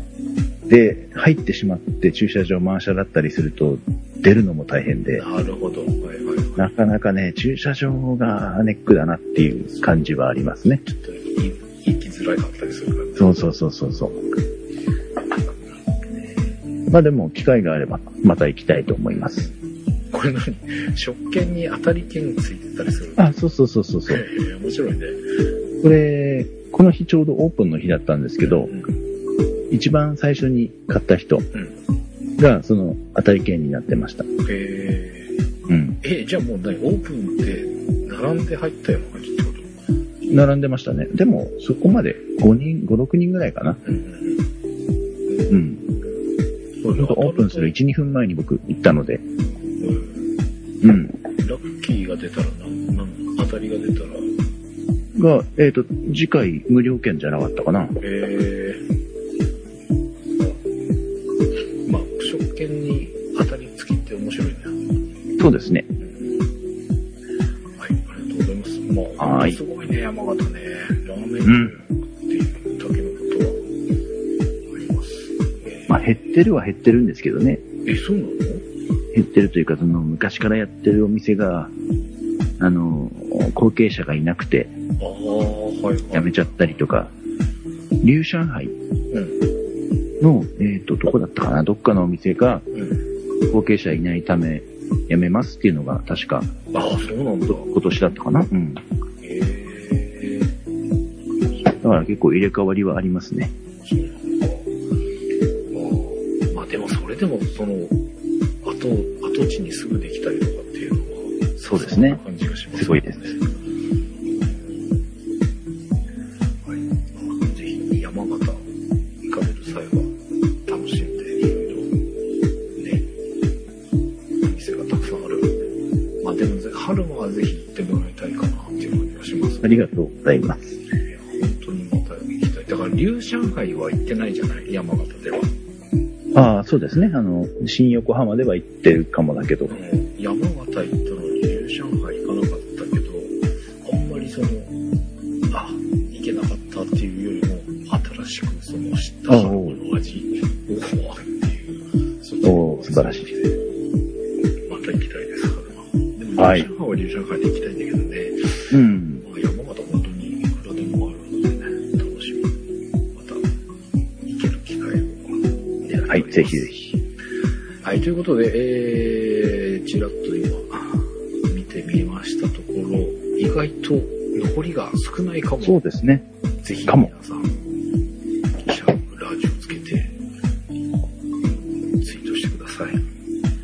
Speaker 2: う
Speaker 1: で、入ってしまって駐車場満車だったりすると、出るのも大変で、
Speaker 2: なるほど。はいはいはい。
Speaker 1: なかなかね、駐車場がネックだなっていう感じはありますね。
Speaker 2: ちょっとい行きづらかったりするからね。
Speaker 1: そうそうそうそうそう。まあでも、機会があれば、また行きたいと思います。
Speaker 2: これ何食券に当たり券ついてたりする
Speaker 1: あ、そうそうそうそうそ
Speaker 2: え
Speaker 1: う。
Speaker 2: え面白いね。
Speaker 1: これ、この日ちょうどオープンの日だったんですけど
Speaker 2: う、ん。
Speaker 1: 一番最初に買った人
Speaker 2: うん
Speaker 1: が、その、当たり券になってました。
Speaker 2: え
Speaker 1: うん。
Speaker 2: ー、えじゃあもう何オープンって並んで入ったような感じってこ
Speaker 1: 並んでましたね。でも、そこまで5人、5、6人ぐらいかな。
Speaker 2: とうんうん
Speaker 1: うん。
Speaker 2: うん。
Speaker 1: 本当オープンする1、2分前に僕行ったので、
Speaker 2: うん
Speaker 1: うん。
Speaker 2: ラッキーが出たらなん、なん当たりが出たら、
Speaker 1: が、えっ、と、次回無料券じゃなかったかな。
Speaker 2: えー、まあ、食券に当たり付きって面白いね。
Speaker 1: そうですね。
Speaker 2: はい、ありがとうございます。まあ、
Speaker 1: はい
Speaker 2: すごいね、山形ね。ラーメ
Speaker 1: う
Speaker 2: ン
Speaker 1: ん。
Speaker 2: っていうだけのことはあります。えー
Speaker 1: まあ減ってるは減ってるんですけどね。
Speaker 2: え、そうなの
Speaker 1: 減ってるというか、その昔からやってるお店が、あの、後継者がいなくて
Speaker 2: ああ、はい、はい。
Speaker 1: 辞めちゃったりとか、リュウ上海
Speaker 2: うん。
Speaker 1: の、えっ、と、どこだったかな、どっかのお店が
Speaker 2: うん。
Speaker 1: 後継者いないため、辞めますっていうのが確か
Speaker 2: ああ、そうなんだ。
Speaker 1: 今年だったかな。うん。だ
Speaker 2: ええ
Speaker 1: から結構入れ替わりはありますね。
Speaker 2: そうなんだ。まあ、まあでもそれでも、その、後、跡地にすぐできたりとかっていうのは、
Speaker 1: そうですね
Speaker 2: んな感じがします、
Speaker 1: すごいですね
Speaker 2: はい。まあぜひ、山形行かれる際は、楽しんで、いろいろ、ね、お店がたくさんあるんで。まあでも、春はぜひ行ってもらいたいかなっていう感じがします、
Speaker 1: ありがとうございます。
Speaker 2: いや本当にまた行きたい。だから、龍上海は行ってないじゃない山形では。
Speaker 1: ああ、そうですね。あの、新横浜では行ってるかもだけど
Speaker 2: あ。の山形行ったのに龍上海行かなかったけど、あんまりその、あ、行けなかったっていうよりも、新しくその知った
Speaker 1: あ
Speaker 2: 春
Speaker 1: おう
Speaker 2: の味をあるっていう、そっち
Speaker 1: おう素晴らしい
Speaker 2: また行きたいです、春は。
Speaker 1: は
Speaker 2: で
Speaker 1: い
Speaker 2: も、龍上海は龍上海で行きたいんだけどね。
Speaker 1: うん。
Speaker 2: まあ山形本当にいくらでもあるのでね、楽しみに。また、行ける機会を狙っております。
Speaker 1: はい、ぜひぜ。ひ。
Speaker 2: はい、ということで、えー、ちらっと今、見てみましたところ、意外と残りが少ないかも。
Speaker 1: そうですね。
Speaker 2: ぜひ
Speaker 1: かも
Speaker 2: 皆さん、シャープラジオつけて、ツイートしてください。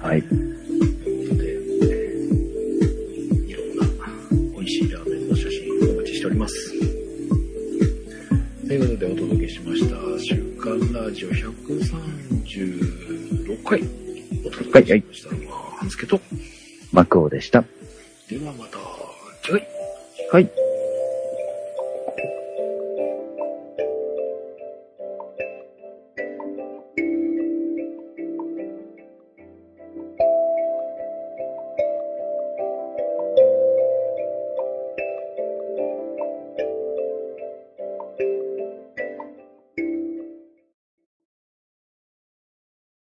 Speaker 1: はい。
Speaker 2: ということで、えーいろんな美味しいラーメンの写真お待ちしております。ということでお届けしました、週刊ラジオ136回お届けしましたのは、半助と、
Speaker 1: マクオでした。
Speaker 2: ではまた、次回
Speaker 1: はい。